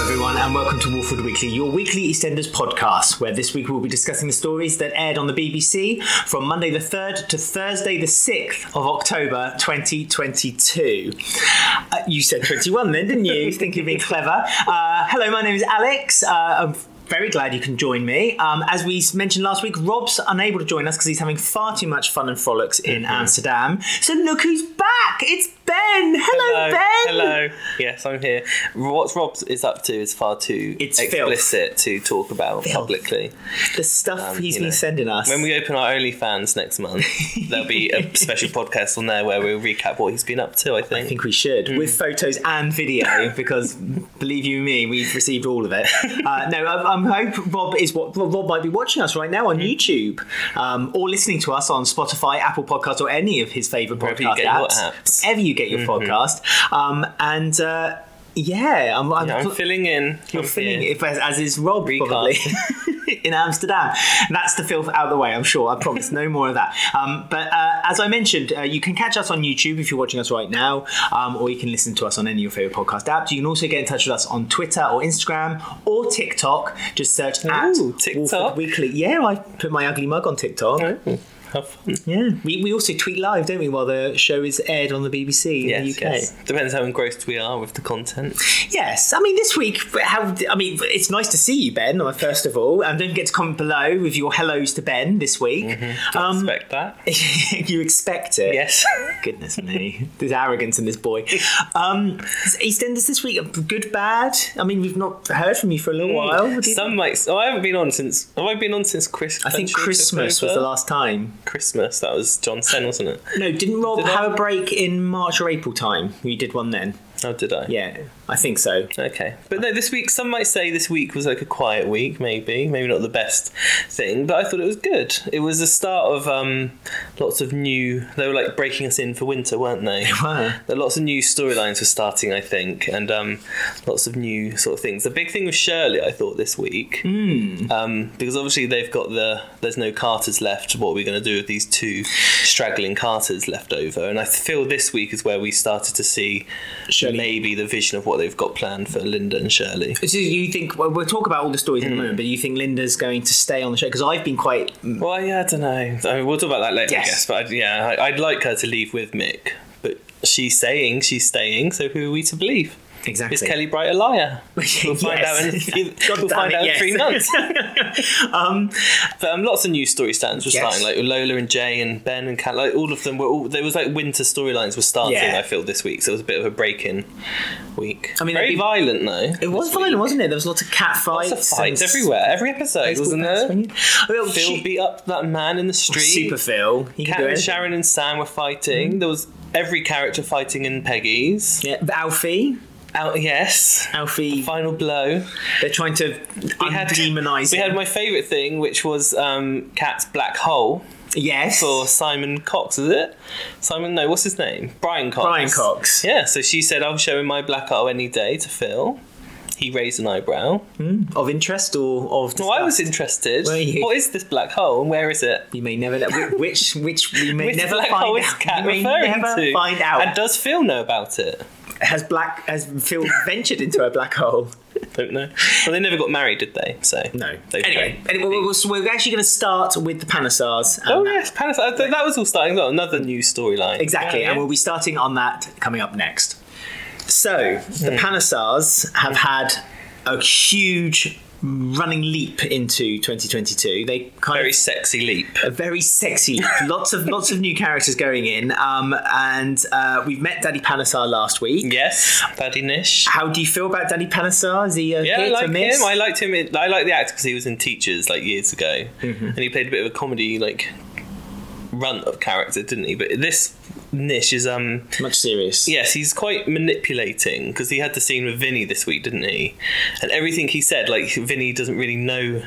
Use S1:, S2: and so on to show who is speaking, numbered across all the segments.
S1: everyone, and welcome to Wolfwood Weekly, your weekly EastEnders podcast, where this week we'll be discussing the stories that aired on the BBC from Monday the 3rd to Thursday the 6th of October 2022. Uh, you said 21 then, didn't you? you think you've been clever. Uh, hello, my name is Alex. Uh, I'm very glad you can join me. Um, as we mentioned last week, Rob's unable to join us because he's having far too much fun and frolics in
S2: Mm-hmm.
S1: Amsterdam. So look who's back! It's Ben. Hello, Ben.
S2: Hello. Yes, I'm here. What Rob is up to is far too
S1: It's
S2: explicit to talk about
S1: Filth.
S2: publicly.
S1: The stuff
S2: Um,
S1: he's
S2: you
S1: been
S2: know,
S1: sending us.
S2: When we open our OnlyFans next month, there'll be a special podcast on there where we'll recap what he's been up to. I think.
S1: I think we should
S2: Mm.
S1: with photos and video because believe you me, we've received all of it. Uh, no, I, I'm hope Rob is what well, Rob might be watching us right now on
S2: Mm.
S1: YouTube um, or listening to us on Spotify, Apple Podcast, or any of his favorite
S2: Wherever you
S1: podcast
S2: get your
S1: apps.
S2: apps. Mm-hmm.
S1: Wherever you get your podcast, um, and uh, yeah, I'm, I'm,
S2: Yeah, I'm filling in.
S1: you're
S2: I'm
S1: filling
S2: here.
S1: it as, as is Rob probably in Amsterdam. That's the filth out of the way. I'm sure. I promise, no more of that. Um, but uh, as I mentioned, uh, you can catch us on YouTube if you're watching us right now, um, or you can listen to us on any of your favorite podcast apps. You can also get in touch with us on Twitter or Instagram or TikTok. Just search at
S2: Ooh, TikTok.
S1: Wolford Weekly. Yeah, I put my ugly mug on TikTok.
S2: Oh, Have fun.
S1: Yeah, we, we also tweet live, don't we? While the show is aired on the BBC in the
S2: Yes,
S1: UK.
S2: yes. Depends how engrossed we are with the content.
S1: Yes, I mean this week. How I mean, it's nice to see you, Ben. uh, First of all, and don't forget to comment below with your hellos to Ben this week. Um,
S2: Expect that.
S1: you expect it.
S2: Mm-hmm. Yes.
S1: Goodness me, there's arrogance in this boy. Um, EastEnders this week, good, bad. I mean, we've not heard from you for a little while. What do you
S2: Hmm. Some might. Oh, I haven't been on since. Have I been on since Chris?
S1: I think
S2: Country took
S1: Christmas was
S2: over?
S1: the last time.
S2: Christmas. That was John Sen, wasn't it?
S1: No, didn't Rob
S2: Did I-
S1: have a break in March or April time? You did one then.
S2: How did I?
S1: Yeah, I think so.
S2: Okay. But no, this week, some might say this week was like a quiet week, maybe. Maybe not the best thing, but I thought it was good. It was the start of um, lots of new. They were like breaking us in for winter, weren't they?
S1: were.
S2: There were lots of new storylines were starting, I think, and um, lots of new sort of things. The big thing with Shirley, I thought, this week, um, because obviously they've got the. There's no Carters left. What are we going to do with these two straggling Carters left over? And I feel this week is where we started to see
S1: Shirley
S2: maybe the vision of what they've got planned for Linda and Shirley.
S1: So you think well, we'll talk about all the stories
S2: Mm.
S1: in a moment, but you think Linda's going to stay on the show because I've been quite
S2: Well, yeah, I don't know. I mean, we'll talk about that later,
S1: Yes.
S2: I guess. But I'd, yeah, I- I'd like her to leave with Mick, but she's saying she's staying. So who are we to believe?
S1: exactly.
S2: Is Kelly Bright a liar? We'll find out in, a few-
S1: God damn
S2: we'll find
S1: it,
S2: out in
S1: yes.
S2: three months.
S1: um,
S2: But um, lots of new story stands were
S1: Yes.
S2: starting, like Lola and Jay and Ben and Cat. Like all of them were. All, there was like winter storylines were starting.
S1: Yeah.
S2: I feel this week, so it was a bit of a break in week.
S1: I mean,
S2: very
S1: they'd be-
S2: violent though.
S1: it was violent, wasn't it? There was lots of cat fights,
S2: Lots of fights
S1: and-
S2: everywhere, every episode, wasn't there?
S1: Oh, Well,
S2: Phil
S1: she-
S2: beat up that man in the street.
S1: Super Mm-hmm. Phil. He can
S2: Cat
S1: do
S2: and
S1: anything.
S2: Sharon and Sam were fighting. There was every character fighting in Peggy's.
S1: Yeah, but Alfie. Oh,
S2: Out, yes.
S1: Alfie.
S2: Final blow.
S1: They're trying to
S2: We had
S1: demonize
S2: We had my favourite thing, which was um, Cat's black hole
S1: yes.
S2: for Simon Cox. Is it Simon? No, what's his name? Brian Cox.
S1: Brian Cox.
S2: Yeah. So she said, "I'm showing my black hole any day to Phil." He raised an eyebrow.
S1: Of interest or of.
S2: Well, I
S1: disgust?
S2: was interested.
S1: Were you?
S2: What is this black hole and where is it?
S1: You may never know whi- which which we may
S2: Which
S1: never
S2: black
S1: find
S2: hole is
S1: out.
S2: Cat
S1: we may
S2: referring
S1: never
S2: to?
S1: find out.
S2: And does Phil know about it?
S1: has black has Phil ventured into a black hole?
S2: Don't know. Well, they never got married, did they? So They
S1: Anyway, anyway we're, we're, we're actually going to start with the Panasars. um, and
S2: Oh
S1: that-
S2: yes, Palace. I thought that was all starting well. Another new storyline.
S1: Exactly,
S2: Yeah,
S1: and
S2: yeah.
S1: we'll be starting on that coming up next. So the
S2: Hmm.
S1: Panasars have had a huge running leap into 2022. They kind
S2: very
S1: of
S2: sexy leap.
S1: a very sexy lots of lots of new characters going in um, and uh, we've met daddy panasar last week
S2: Yes, Daddy Nish.
S1: how do you feel about daddy panasar is he a
S2: Yeah, I
S1: hit
S2: like
S1: or miss
S2: him. I liked him. In, I like the actor because he was in Teachers like years ago,
S1: Mm-hmm.
S2: and he played a bit of a comedy like runt of character, didn't he? But this Nish is um
S1: much serious
S2: Yes, he's quite manipulating because he had the scene with Vinny this week, didn't he? And everything he said, like Vinny doesn't really know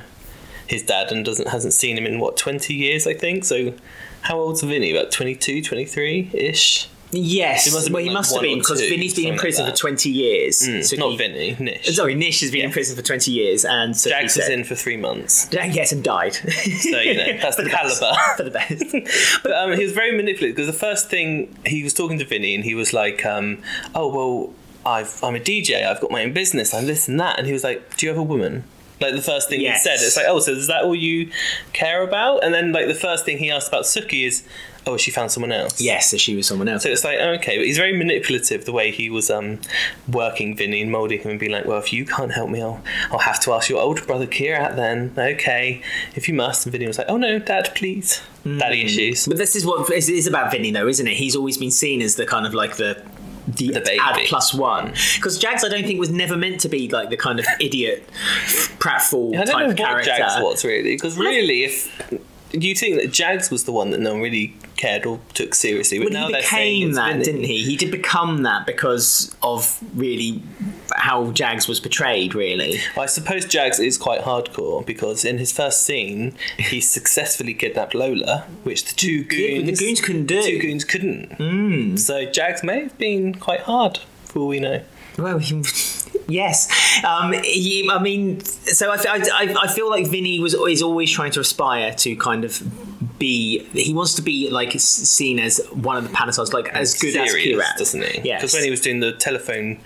S2: his dad and doesn't hasn't seen him in what 20 years, I think. So how old's Vinny? About 22, 23 ish.
S1: Yes,
S2: must have
S1: well,
S2: been
S1: he
S2: like
S1: must have
S2: one
S1: been
S2: or
S1: because
S2: two,
S1: Vinny's been in
S2: something
S1: prison
S2: like Mm,
S1: for twenty years. so
S2: Not
S1: he-
S2: Vinny, Nish.
S1: Sorry, Nish has been in prison for twenty years, and so
S2: Jax
S1: he
S2: was
S1: said,
S2: in for three months.
S1: Yes, and died. So
S2: you know, that's the caliber.
S1: for the best.
S2: But um, he was very manipulative because the first thing he was talking to Vinny and he was like, um, "Oh well, I've, I'm a DJ, I've got my own business, I'm this and that. And he was like, Do you have a woman? Like the first thing
S1: Yes.
S2: he said, it's like, Oh, so is that all you care about? And then, like, the first thing he asked about Suki is, Oh, she found someone else.
S1: Yes, so she was someone else.
S2: So it's like, oh, okay, but he's very manipulative the way he was um, working Vinny and moulding him and being like, well, if you can't help me, I'll, I'll have to ask your older brother Kierat then. Okay, if you must. And Vinny was like, oh no, dad, please. Daddy issues.
S1: But this is what it is about Vinny, though, isn't it? He's always been seen as the kind of like the the,
S2: The baby. Mm.
S1: add plus one because Jags, I don't think, was never meant to be like the kind of idiot pratfall
S2: I
S1: type
S2: don't know what
S1: character.
S2: Jags was really, because really, if you think that Jags was the one that no one really cared or took seriously, but
S1: But
S2: now
S1: he
S2: they're saying
S1: became
S2: it's
S1: that,
S2: Vinny.
S1: didn't he? He did become that because of really how Jags was portrayed, really.
S2: I suppose Jags is quite hardcore because in his first scene, he successfully kidnapped Lola, which the two
S1: Did-
S2: goons,
S1: The goons couldn't do. Hmm.
S2: two goons couldn't. So Jags may have been quite hard, for all we know.
S1: Well, he- yes. Um, he, I mean, so I, I, I feel like Vinny was is always trying to aspire to kind of be. He wants to be like s- seen as one of the Panatars, like as good
S2: Serious,
S1: as Kirat,
S2: doesn't he?
S1: Yes.
S2: Because when he was doing the telephone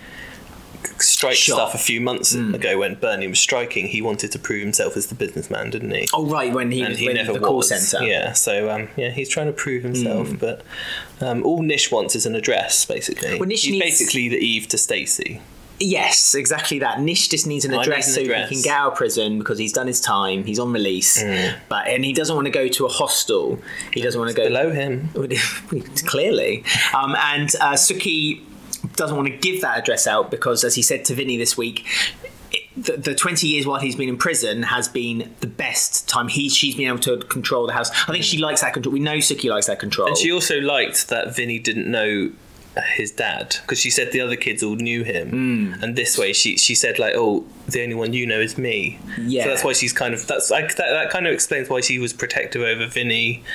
S2: strike
S1: Sure.
S2: stuff a few months
S1: Hmm.
S2: ago, when Bernie was striking, he wanted to prove himself as the businessman, didn't he?
S1: Oh right, when he
S2: and
S1: was
S2: he
S1: when
S2: never
S1: the
S2: was.
S1: call center. Hmm.
S2: Yeah, so um, yeah, he's trying to prove himself, but um, all Nish wants is an address, basically.
S1: Well, Nish
S2: he's
S1: needs-
S2: basically the Eve to Stacy.
S1: Yes, exactly that. Nish just needs an
S2: need
S1: address
S2: an
S1: so
S2: address.
S1: he
S2: Hmm.
S1: can get out of prison because he's done his time. He's on release, but and he doesn't want to go to a hostel. He doesn't want to go
S2: Below him,
S1: clearly. Um, and uh, Suki doesn't want to give that address out because, as he said to Vinny this week, it- the, the 20 years while he's been in prison has been the best time he she's been able to control the house. I think she likes that control. We know Suki likes that control.
S2: She also liked that Vinny didn't know his dad because she said the other kids all knew him,
S1: Hmm.
S2: and this way she she said like, "Oh, the only one you know is me."
S1: Yeah.
S2: so that's why she's kind of that's like that, that kind of explains why she was protective over Vinny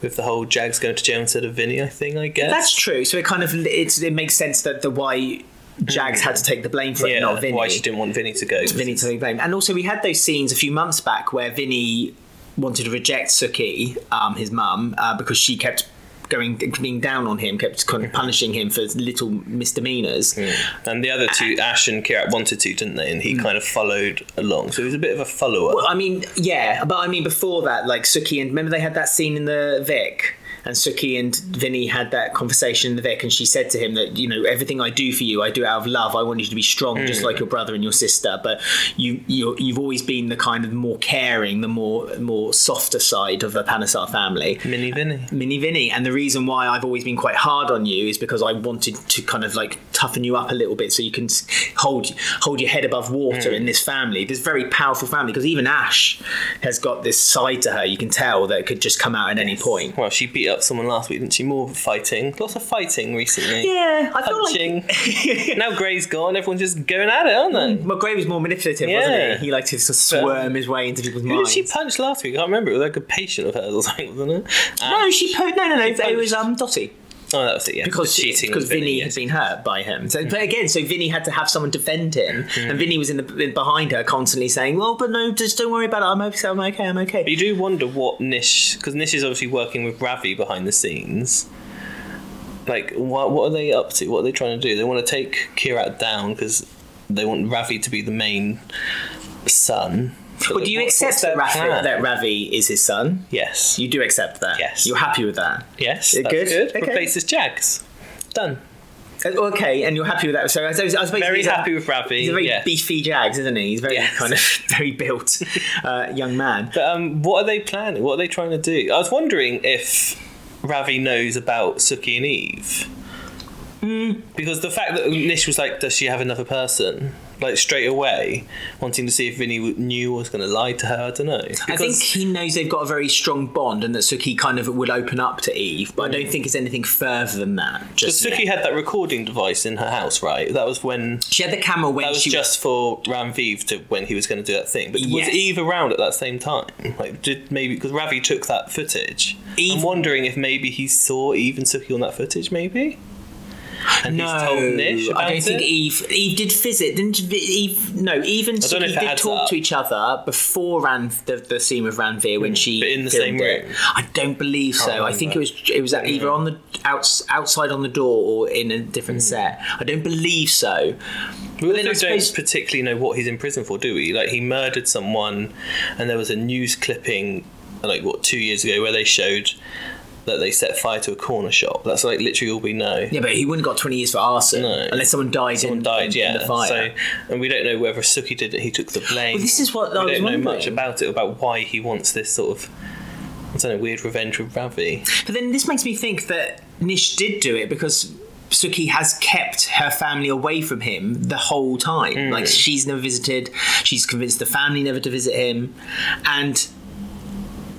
S2: with the whole Jags going to jail instead of Vinny. I think I guess
S1: That's true. So it kind of it's, it makes sense that the why Jags had to take the blame for it,
S2: Hmm. yeah,
S1: not Vinny.
S2: why she didn't want Vinny to go.
S1: Vinny to be blamed. And also, we had those scenes a few months back where Vinny wanted to reject Suki, um, his mum, uh, because she kept going being down on him, kept kind of punishing him for little misdemeanors.
S2: and the other two, Ash and Kirat, wanted to, didn't they? And he kind of followed along, so he was a bit of a follower.
S1: Well, I mean, yeah, but I mean before that, like Suki and remember they had that scene in the Vic. And Suki and Vinny had that conversation in the Vic, and she said to him that you know everything I do for you, I do out of love. I want you to be strong, just like your brother and your sister. But you, you, you've always been the kind of more caring, the more more softer side of the Panasar family.
S2: Mini Vinny.
S1: Mini Vinny. And the reason why I've always been quite hard on you is because I wanted to kind of like toughen you up a little bit so you can s- hold hold your head above water in this family, this very powerful family. Because even Ash has got this side to her, you can tell that could just come out at any point.
S2: Well, she beat up someone last week, didn't she? More fighting, lots of fighting recently.
S1: Yeah, I feel
S2: punching.
S1: like.
S2: now Gray's gone, everyone's just going at it, aren't they?
S1: McGray was more manipulative,
S2: Yeah.
S1: wasn't he? He liked to sort of swerm his way into people's
S2: Who did
S1: minds.
S2: she punch last week? I can't remember. It was like a patient of hers or something, wasn't it?
S1: no,
S2: Ah,
S1: she po- no, no, no. It
S2: punched-
S1: was um Dottie.
S2: oh, that was it, yeah.
S1: because
S2: The cheating
S1: because
S2: with Vinny,
S1: Vinny
S2: yes.
S1: had been hurt by him. So, but again, so Vinny had to have someone defend him, and Vinny was in the in behind her constantly saying, "Well, but no, just don't worry about it. I'm okay. I'm okay. I'm okay."
S2: You do wonder what Nish, because Nish is obviously working with Ravi behind the scenes. Like, what, what are they up to? What are they trying to do? They want to take Kirat down because they want Ravi to be the main son. But
S1: Well, do you accept that Ravi, that Ravi is his son?
S2: Yes.
S1: You do accept that.
S2: Yes.
S1: You're happy with that.
S2: yes.
S1: You're
S2: That's
S1: good?
S2: good.
S1: Okay.
S2: Replaces Jags. Done.
S1: Uh, Okay, and you're happy with that. So I, I suppose
S2: Very
S1: he's a-
S2: happy with Ravi.
S1: He's a very
S2: yeah.
S1: beefy Jags, isn't he? He's very
S2: Yes.
S1: kind of very built uh, young man.
S2: But um, what are they planning? What are they trying to do? I was wondering if Ravi knows about Suki and Eve.
S1: Hmm.
S2: Because the fact that Nish was like, does she have another person? Like straight away, wanting to see if Vinny w- knew or was going to lie to her. I don't know.
S1: I think he knows they've got a very strong bond, and that Suki kind of would open up to Eve, but I
S2: Mm.
S1: don't think it's anything further than that. Just yet.
S2: Suki had that recording device in her house, right? That was when
S1: She had the camera when
S2: that was
S1: she
S2: just for Ramviv to when he was going to do that thing. But
S1: Yes.
S2: was Eve around at that same time? Like, did maybe because Ravi took that footage?
S1: Eve-
S2: I'm wondering if maybe he saw Eve and Suki on that footage. Maybe And
S1: no,
S2: he's told Nish about
S1: I don't
S2: it.
S1: think Eve. Eve did visit, didn't Eve? No, Eve and
S2: don't know
S1: Suki
S2: if it
S1: did
S2: adds
S1: talk
S2: up. Hmm,
S1: to each other before Ran the, the scene with Ranveer when she
S2: But in the
S1: filmed
S2: same
S1: it.
S2: room?
S1: I don't believe so. I think it was it was either on the outs, outside on the door or in a different
S2: Hmm.
S1: set. I don't believe so.
S2: We
S1: But
S2: also
S1: then I
S2: don't
S1: suppose-
S2: particularly know what he's in prison for, do we? Like he murdered someone, and there was a news clipping, like what two years ago, where they showed that they set fire to a corner shop. That's like literally all we know.
S1: Yeah, but he wouldn't got twenty years for arson
S2: No.
S1: unless someone died. in,
S2: Someone died,
S1: in,
S2: yeah.
S1: in the fire.
S2: So, and we don't know whether Suki did it. He took the blame.
S1: Well, this is what
S2: we
S1: I was
S2: don't know much
S1: wondering.
S2: about it, about why he wants this sort of. I don't know, weird revenge with Ravi.
S1: But then this makes me think that Nish did do it because Suki has kept her family away from him the whole time. Like she's never visited. She's convinced the family never to visit him, and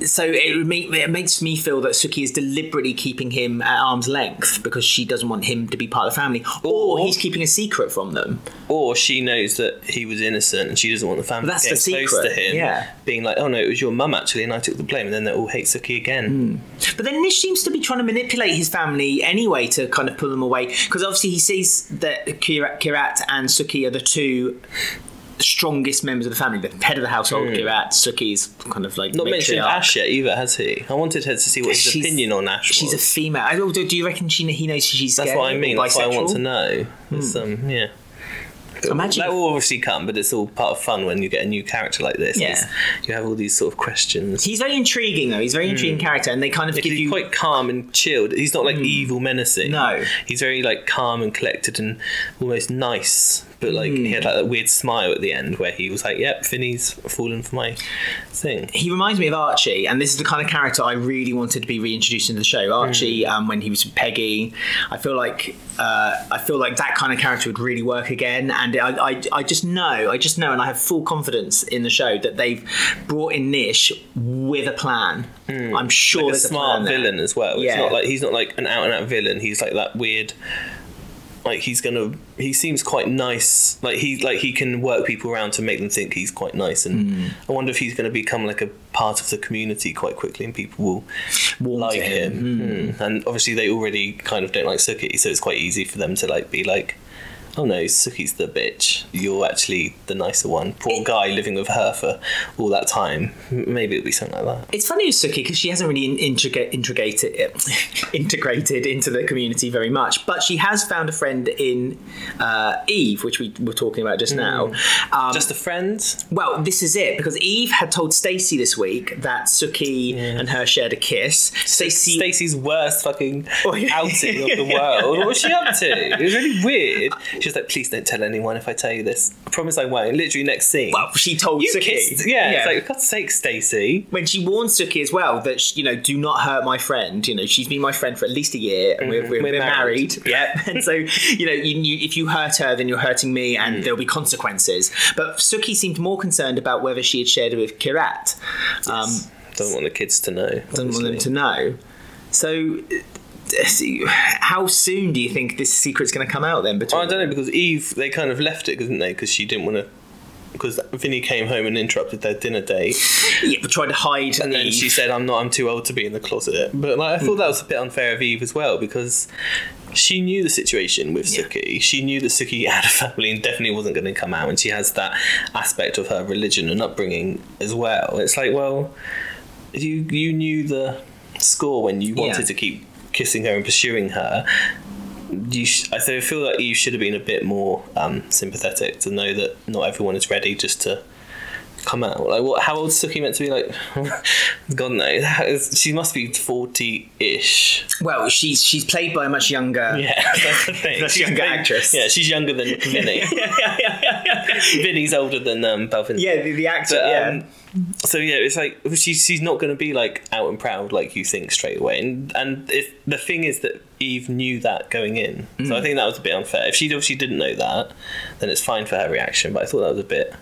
S1: so it, would make- it makes me feel that Suki is deliberately keeping him at arm's length because she doesn't want him to be part of the family, or,
S2: Or-
S1: he's keeping a secret from them.
S2: Or she knows that he was innocent and she doesn't want the family
S1: That's
S2: getting
S1: the
S2: close to
S1: secret,
S2: him.
S1: yeah.
S2: Being like, oh no, it was your mum actually, and I took the blame, and then they all hate Suki again.
S1: Hmm. But then Nish seems to be trying to manipulate his family anyway to kind of pull them away because obviously he sees that Kirat, Kirat and Suki are the two strongest members of the family, the head of the household. Kirat, Suki's kind of like
S2: Hmm. Not mentioned
S1: matriarch.
S2: Ash yet either, has he? I wanted her to see what his
S1: She's-
S2: opinion on Ash was.
S1: She's a female. I, do do you reckon she he knows she's
S2: That's
S1: gay
S2: what I
S1: or
S2: mean. That's what I
S1: bisexual?
S2: want
S1: Hmm.
S2: to know. It's, um, yeah.
S1: Imagine
S2: that
S1: if-
S2: will obviously come, but it's all part of fun when you get a new character like this. 'cause
S1: Yeah.
S2: you have all these sort of questions.
S1: He's very intriguing though. He's a very intriguing
S2: Hmm.
S1: character, and they kind of
S2: He's
S1: give you Hmm.
S2: quite calm and chilled. He's not like evil menacing.
S1: No.
S2: he's very like calm and collected and almost nice. But like he
S1: Hmm.
S2: had like that weird smile at the end where he was like, "Yep, Finney's fallen for my thing."
S1: he reminds me of Archie, and this is the kind of character I really wanted to be reintroduced into the show. Archie,
S2: Hmm.
S1: um, when he was with Peggy, I feel like uh, I feel like that kind of character would really work again. And I, I, I just know, I just know, and I have full confidence in the show that they've brought in Nish with a plan. I'm sure
S2: Hmm. like a
S1: there's
S2: smart
S1: a plan there.
S2: villain as well. It's
S1: Yeah.
S2: not like he's not like an out and out villain. He's like that weird. Like he's gonna. He seems quite nice. Like he like he can work people around to make them think he's quite nice. And
S1: Hmm.
S2: I wonder if he's gonna become like a part of the community quite quickly, and people will
S1: Warm to
S2: like
S1: him. Hmm.
S2: him. Mm. And obviously, they already kind of don't like Suki, so it's quite easy for them to like be like. Oh no, Suki's the bitch. You're actually the nicer one. Poor guy living with her for all that time. M- Maybe it'll be something like that.
S1: It's funny with Suki because she hasn't really in- integra- integrated integrated into the community very much, but she has found a friend in uh, Eve, which we were talking about just now. Um,
S2: Hmm. Just a friend.
S1: Well, this is it because Eve had told Stacy this week that Suki and her shared a kiss. Stacy,
S2: Stacey's worst fucking
S1: Oh, yeah.
S2: outing of the world. What was she up to? It was really weird. She was like, "Please don't tell anyone if I tell you this. I promise I won't." Literally next scene,
S1: well, she told
S2: you
S1: Suki.
S2: kissed. Yeah, it's like, for God's sake, Stacey.
S1: when she warned Suki as well that sh you know, do not hurt my friend. You know, she's been my friend for at least a year, and we're, we're,
S2: Mm-hmm. We're
S1: we're married.
S2: married.
S1: Yep. and so, you know, you, you, if you hurt her, then you're hurting me, and
S2: Mm.
S1: there'll be consequences. But Suki seemed more concerned about whether she had shared it with Kirat. Um,
S2: Don't want the kids to know.
S1: doesn't want them
S2: obviously.
S1: to know. So, uh, how soon do you think this secret's going to come out then? Between
S2: I don't know because Eve, they kind of left it, didn't they? Because she didn't want to. Because Vinny came home and interrupted their dinner date,
S1: Yeah, but tried to hide.
S2: and then
S1: Eve. Mm.
S2: she said, "I'm not. I'm too old to be in the closet." But like, I thought that was a bit unfair of Eve as well because she knew the situation with Suki. She knew that Suki had a family and definitely wasn't going to come out, and she has that aspect of her religion and upbringing as well. It's like, well, you you knew the score when you wanted
S1: Yeah.
S2: to keep kissing her and pursuing her. You sh- I th- feel like you should have been a bit more um, sympathetic to know that not everyone is ready just to come out. Like, what? How old is Suki meant to be? Like, God knows. How is- She must be forty-ish.
S1: Well, she's she's played by a much younger.
S2: Yeah, that's the thing.
S1: That's younger actress.
S2: Yeah, she's younger than Vinny. Vinny's older than um, Balvin.
S1: Yeah, the, the actor. yeah.
S2: Um, So yeah, it's like she's she's not going to be like out and proud like you think straight away, and and if the thing is that Eve knew that going in,
S1: Mm.
S2: so I think that was a bit unfair. If she obviously didn't know that, then it's fine for her reaction. But I thought that was a bit.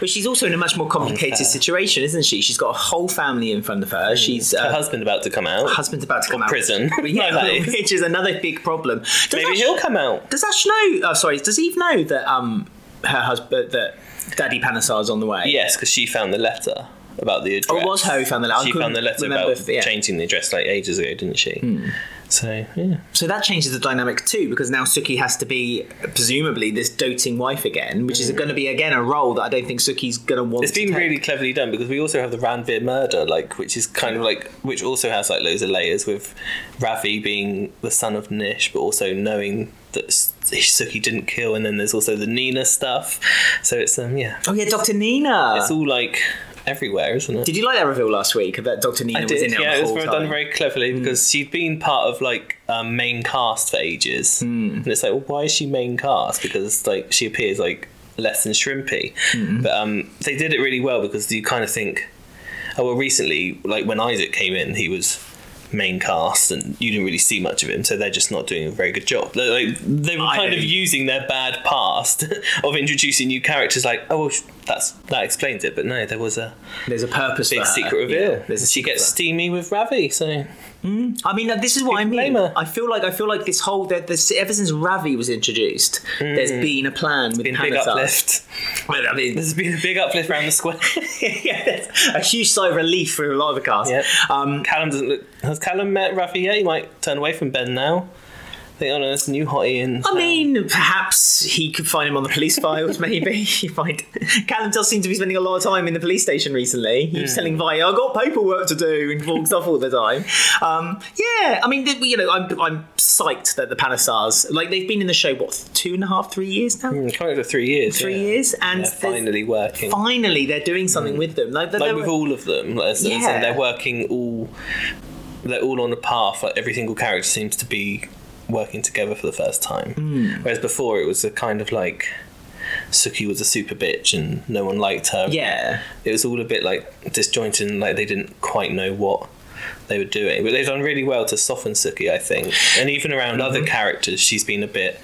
S1: but she's also in a much more complicated situation, isn't she? She's got a whole family in front of her. She's
S2: Mm. Her
S1: uh,
S2: husband about to come out.
S1: husband's about to come out
S2: prison.
S1: But yeah,
S2: Like that is.
S1: which is another big problem. Does
S2: Maybe
S1: Ash,
S2: he'll come out.
S1: does Ash know? Oh, sorry. Does Eve know that um her husband that Daddy Panesar's on the way?
S2: Yes, because she found the letter about the address.
S1: Oh, it was her who found the letter. I
S2: She
S1: couldn't
S2: found the letter
S1: remember
S2: about
S1: if- yeah. Hmm.
S2: changing the address like ages ago, didn't she? So yeah,
S1: So that changes the dynamic too, because now Suki has to be presumably this doting wife again, which is going to be again a role that I don't think Suki's going to want.
S2: Mm. it's
S1: to
S2: been
S1: take.
S2: really cleverly done because we also have the Ranveer murder, like which is kind of like which also has like loads of layers with Ravi being the son of Nish, but also knowing that S- Suki didn't kill, and then there's also the Nina stuff. So it's um yeah,
S1: Oh yeah, Dr. Nina.
S2: it's all like everywhere, isn't it?
S1: Did you like that reveal last week that Dr. Nina
S2: I
S1: was
S2: did,
S1: in it?
S2: yeah,
S1: the
S2: it was
S1: whole
S2: very-
S1: time? Mm.
S2: done very cleverly because she'd been part of like um, main cast for ages,
S1: Mm.
S2: and it's like, well, why is she main cast? Because like she appears like less than shrimpy,
S1: Mm-hmm.
S2: but um, they did it really well because you kind of think, oh well, recently, like when Isaac came in, he was main cast and you didn't really see much of him so they're just not doing a very good job They're, like they were
S1: I
S2: kind of
S1: know.
S2: using their bad past of introducing new characters like oh well, sh- that's that explains it but no there was a
S1: There's a purpose.
S2: big
S1: for her.
S2: secret reveal.
S1: Uh, Yeah, there's a
S2: she
S1: secret
S2: gets
S1: for her.
S2: steamy with Ravi, so
S1: I mean, uh, this is what I
S2: Who can
S1: mean.
S2: blame her?
S1: I feel like I feel like this whole that this ever since Ravi was introduced, there's been a plan with
S2: Mm. been a big
S1: Panatar.
S2: uplift.
S1: Well, I mean,
S2: There's been a big uplift around the square.
S1: yeah, there's a huge sigh of relief for a lot of the cast.
S2: Yep.
S1: Um,
S2: Callum doesn't look. Has Callum met Ravi yet? He might turn away from Ben now. I think, oh no, it's a new hottie in.
S1: I mean, perhaps he could find him on the police files. Maybe he might. Callum does seem to be spending a lot of time in the police station recently. He was telling Vaya, "I've got paperwork to do," and walks off all the time. Um, yeah, I mean, th- you know, I'm I'm psyched that the Panasars like they've been in the show what two and a half, three years now.
S2: Mm, kind of for three years.
S1: Three
S2: yeah.
S1: years, and
S2: They're
S1: there's-
S2: finally working.
S1: finally they're doing something with them. Like, they're-
S2: like
S1: they're-
S2: with all of them, like, as- as in
S1: Yeah.
S2: they're working all. They're all on a path. Like every single character seems to be working together for the first time.
S1: Hmm.
S2: Whereas before, it was a kind of like Suki was a super bitch and no one liked her.
S1: yeah,
S2: it was all a bit like disjointed and like they didn't quite know what they were doing but they've done really well to soften suki i think and even around other
S1: Mm-hmm.
S2: characters she's been a bit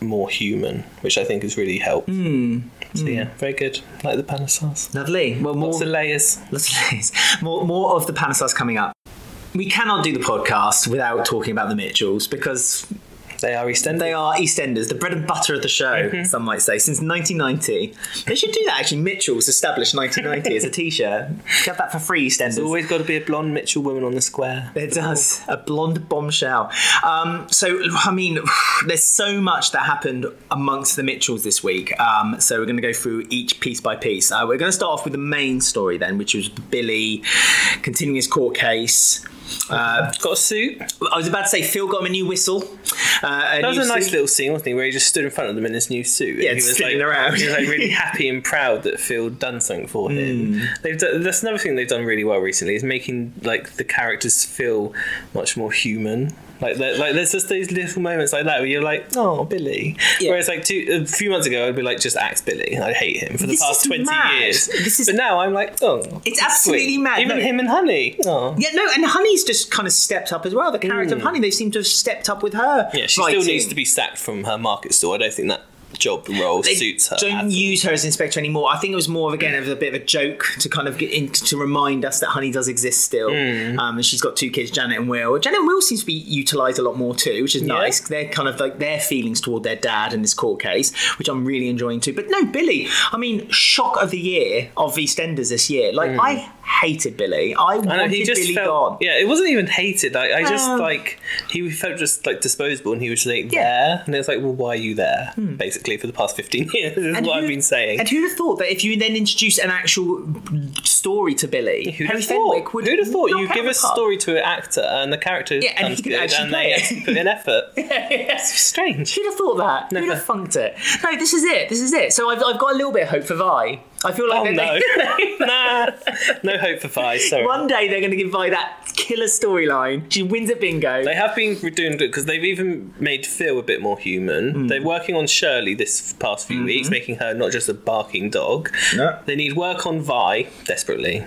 S2: more human which i think has really helped
S1: Hmm.
S2: so yeah very good like the panasars
S1: lovely. Well, more
S2: lots of layers
S1: Lots of days. More, more of the Panasars coming up. We cannot do the podcast without talking about the Mitchells because
S2: they are eastenders
S1: They are EastEnders, the bread and butter of the show,
S2: Mm-hmm.
S1: some might say, since 1990. They should do that, actually. Mitchell's established 1990 as a t shirt. Get that for free, EastEnders.
S2: There's always got to be a blonde mitchell woman on the square
S1: It does. A blonde bombshell. Um, so, I mean, there's so much that happened amongst the Mitchells this week. Um, so, we're going to go through each piece by piece. Uh, we're going to start off with the main story then, which was Billy continuing his court case. Uh,
S2: got a suit that
S1: I was about to say Phil got him a new whistle. Uh, a
S2: was
S1: new
S2: a nice
S1: suit.
S2: little scene wasn't he where he just stood in front of them in his new suit and
S1: Yeah,
S2: he was like
S1: sitting around.
S2: he was like really happy and proud that Phil done something for him.
S1: Hmm.
S2: They've done, that's another thing they've done really well recently is making like the characters feel much more human. Like, there- like there's just those little moments like that where you're like, oh, Billy.
S1: Yeah.
S2: Whereas like two, a few months ago, I'd be like, just axe Billy. I hate him for the
S1: This
S2: past
S1: is
S2: twenty
S1: mad.
S2: years.
S1: This is-
S2: but now I'm like, oh,
S1: It's absolutely
S2: sweet.
S1: mad.
S2: Even
S1: No.
S2: him and Honey. Oh.
S1: Yeah, no, and Honey's just kind of stepped up as well. The character of Honey, they seem to have stepped up with her.
S2: Mm. Yeah, she still needs to be sacked from her market store. I don't think that job role suits her. at
S1: Don't use her as inspector anymore. I think it was more of again of a bit of a joke to kind of get in, to remind us that Honey does exist still.
S2: Mm.
S1: Um, and she's got two kids, Janet and Will. Janet and Will seems to be utilised a lot more too, which is nice. They're kind of like their feelings toward their dad in this court case, which I'm really enjoying too. But no, Billy. I mean, shock of the year of EastEnders this year. Like I hated Billy. I wanted
S2: Mm. I know, he just
S1: Billy
S2: felt,
S1: gone.
S2: Yeah, it wasn't even hated. I, I just
S1: Um,
S2: like he felt just like disposable, and he was
S1: Yeah.
S2: like
S1: Hmm.
S2: there, and it's like, well, why are you there? Basically, for the past fifteen years, is
S1: And
S2: what
S1: who-
S2: I've been saying.
S1: And who'd have thought that if you then introduce an actual story to Billy,
S2: Who'd
S1: Perry
S2: have thought?
S1: Fenwick would
S2: Who'd have thought
S1: knock
S2: you
S1: out
S2: give
S1: the
S2: a
S1: park.
S2: story to an actor, and the character
S1: Yeah, and he
S2: comes
S1: could
S2: good,
S1: actually
S2: and
S1: play
S2: they
S1: it.
S2: actually put in effort.
S1: yes.
S2: Strange.
S1: Who'd have thought that? Who'd
S2: Never.
S1: have funked it? No, this is it. This is it. So I've, I've got a little bit of hope for Vi. I feel like they're-
S2: Oh no,
S1: they-
S2: nah, no hope for five. Sorry.
S1: one day they're going to give Vi that killer storyline. She wins at bingo.
S2: They have been doing it because they've even made Phil a bit more human.
S1: Hmm.
S2: They're working on Shirley this past few weeks, making her not just a barking dog.
S1: Mm-hmm. No.
S2: They need work on Vi desperately.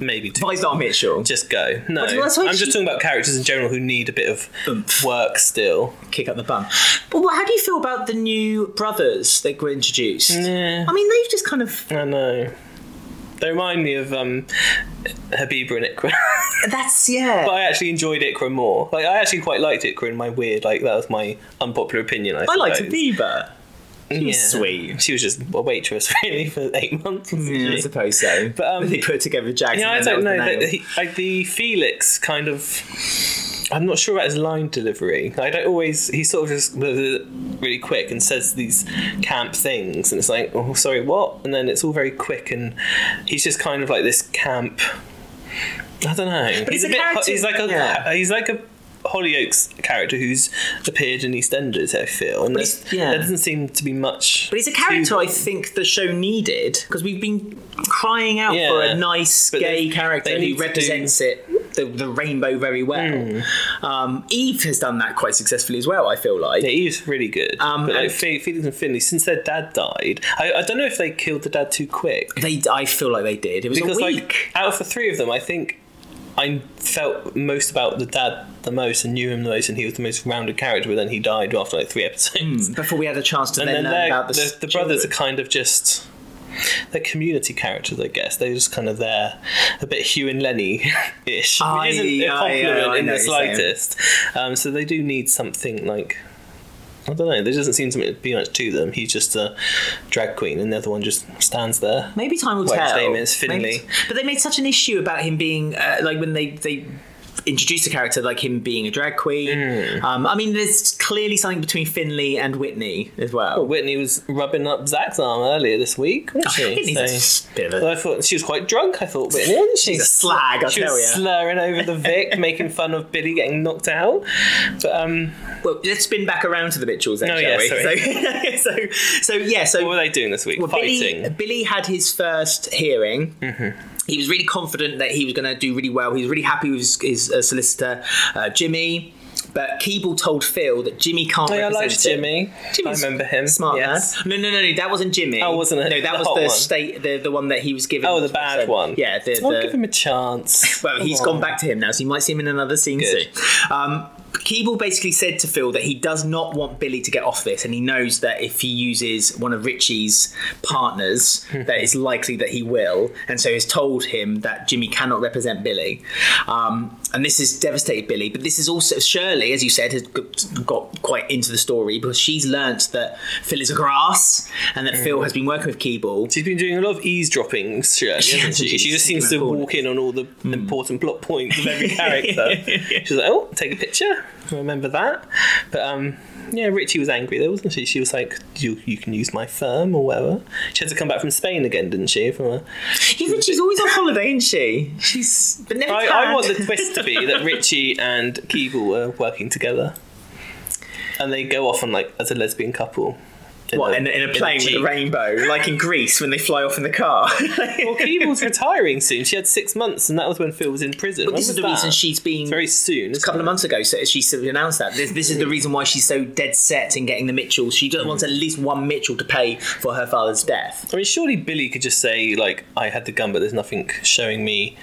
S2: Maybe to
S1: Vi's not a Mitchell.
S2: just go. No,
S1: Well, that's why
S2: I'm
S1: she-
S2: just talking about characters in general who need a bit of
S1: Oomph.
S2: work still.
S1: Kick up the bum. But what, how do you feel about the new brothers that were introduced?
S2: Yeah.
S1: I mean, they've just kind of.
S2: I know. They remind me of um, Habiba and Ikra.
S1: That's yeah.
S2: but I actually enjoyed Ikra more. Like I actually quite liked Ikra in my weird. Like that was my unpopular opinion. I,
S1: I liked
S2: suppose.
S1: Bieber. She was
S2: Yeah.
S1: sweet.
S2: She was just a waitress really for eight months. wasn't
S1: Yeah, I
S2: she?
S1: suppose so. But
S2: um,
S1: they put together Jackson.
S2: Yeah, I
S1: and that was
S2: don't
S1: the
S2: know.
S1: name.
S2: But he, like the Felix kind of I'm not sure about his line delivery. I don't always. He sort of just really quick and says these camp things, and it's like, oh, sorry, what? And then it's all very quick, and he's just kind of like this camp. I don't know.
S1: But
S2: he's
S1: it's a character-
S2: He's like a. uh,
S1: yeah.
S2: He's like a. Hollyoaks character who's appeared in EastEnders, I feel, and
S1: he's-
S2: there's-
S1: yeah.
S2: there doesn't seem to be much.
S1: But he's a character
S2: to-
S1: I think the show needed because we've been crying out for
S2: Yeah.
S1: a nice
S2: But
S1: gay
S2: they-
S1: character
S2: they
S1: who
S2: need to
S1: represents it, the, the rainbow very well.
S2: Hmm.
S1: Um, Eve has done that quite successfully as well, I feel like.
S2: Yeah, he was really good.
S1: Um,
S2: but like
S1: and-
S2: Fe- Felix and Finley, since their dad died, I, I don't know if they killed the dad too quick.
S1: They, I feel like they did. It was
S2: because
S1: a week.
S2: like out of the three of them, I think I felt most about the dad the most and knew him the most, and he was the most rounded character. But then he died after like three episodes,
S1: before we had a chance to
S2: and
S1: then learn
S2: then they're-
S1: about the,
S2: the, the brothers are kind of just. They're community characters, I guess. They're just kind of there, a bit Hugh and Lenny ish.
S1: Aye,
S2: Which isn't a
S1: aye,
S2: compliment
S1: aye, I
S2: in
S1: know
S2: the
S1: what you're saying.
S2: slightest. Um, so they do need something like. I don't know. There doesn't seem to be much to them. He's just a drag queen, and the other one just stands there.
S1: Maybe time will
S2: Well, his
S1: tell.
S2: name is Finley.
S1: Maybe- but they made such an issue about him being uh, like when they they introduced a character like him being a drag queen.
S2: Hmm.
S1: Um, I mean, there's clearly something between Finley and Whitney as well.
S2: Whitney was rubbing up Zach's arm earlier this week, wasn't she?
S1: Whitney's
S2: So-
S1: Oh, a bit of
S2: Oh, Well,
S1: a,
S2: I thought she was quite drunk. I thought Whitney, wasn't she?
S1: she's a slag, I
S2: She
S1: tell
S2: was
S1: you.
S2: slurring over the Vic, making fun of Billy getting knocked out. But um,
S1: well, let's spin back around to the Mitchells, then,
S2: Oh,
S1: shall
S2: yeah,
S1: we? So, so, so yeah, so
S2: what were they doing this week?
S1: Well,
S2: Fighting. Mm-hmm.
S1: Billy, Billy had his first hearing. He was really confident that he was going to do really well. He was really happy with his, his uh, solicitor, uh, Jimmy. But Keeble told Phil that Jimmy can't.
S2: Oh, yeah, I
S1: represent him.
S2: liked Jimmy.
S1: Jimmy's
S2: I remember him.
S1: Smart
S2: yes.
S1: lad. No, no, no, no. That wasn't Jimmy.
S2: Oh, wasn't it?
S1: No, that
S2: The
S1: was
S2: hot
S1: the
S2: one.
S1: state, the, the one that he was given.
S2: Oh, the bad one.
S1: Yeah, the,
S2: Well,
S1: the-
S2: give him a chance.
S1: well, he's
S2: Come
S1: gone
S2: on.
S1: back to him now, so you might see him in another scene
S2: Good.
S1: soon. Um, Keeble basically said to Phil that he does not want Billy to get off this, and he knows that if he uses one of Richie's partners,
S2: Hmm.
S1: that it's likely that he will, and so he's told him that Jimmy cannot represent Billy. Um, and this has devastated Billy, but this is also Shirley, as you said, has g- got quite into the story because she's learnt that Phil is a grass and that
S2: Hmm.
S1: Phil has been working with Keeble.
S2: She's been doing a lot of eavesdropping, Shirley, hasn't she?
S1: she's Hmm.
S2: She just seems to
S1: sitting around
S2: walk in on all the important plot points of every character. She's like, oh, take a picture. Remember that. But, um, yeah, Richie was angry though, wasn't she? She was like, you, you can use my firm or whatever. She had to come back from Spain again, didn't she? From a...
S1: Even she's always on holiday, isn't she? She's but never.
S2: I,
S1: can.
S2: I want the twist to be that Richie and Keeble were working together. And they go off on, like, as a lesbian couple.
S1: What, in, a- in a plane with a
S2: Jeep.
S1: rainbow, like in Greece when they fly off in the car?
S2: Well, Keeble's retiring soon. She had six months, and that was when Phil was in prison.
S1: But this
S2: When
S1: is
S2: was
S1: the
S2: that?
S1: reason she's been.
S2: very soon.
S1: a couple of months ago, so she sort of announced that. This, this is the reason why she's so dead set in getting the Mitchells. She just wants at least one Mitchell to pay for her father's death.
S2: I mean, surely Billy could just say, like, I had the gun, but there's nothing showing me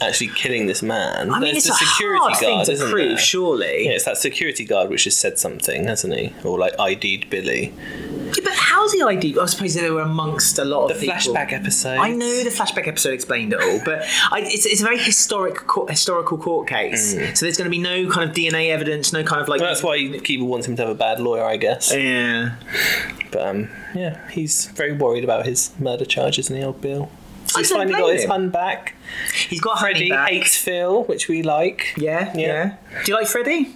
S2: actually killing this man.
S1: I mean,
S2: there's
S1: it's a hard thing to
S2: isn't
S1: prove,
S2: there?
S1: surely.
S2: Yeah, it's that security guard which has said something, hasn't he? Or like ID'd Billy.
S1: Yeah, but how's the idea? I suppose they were amongst a lot
S2: The
S1: of people.
S2: flashback episode.
S1: I know the flashback episode explained it all, but I, it's, it's a very historic court, historical court case. So there's going to be no kind of DNA evidence, no kind of like.
S2: Well, that's why Keeper wants him to have a bad lawyer, I guess.
S1: yeah.
S2: But um, yeah, he's very worried about his murder charges, and he, old Bill?
S1: I
S2: He's
S1: don't
S2: finally
S1: blame
S2: got his
S1: him.
S2: hun back.
S1: He's got Honey
S2: Freddy
S1: back.
S2: hates Phil, which we like.
S1: Yeah, yeah, Do you like Freddy?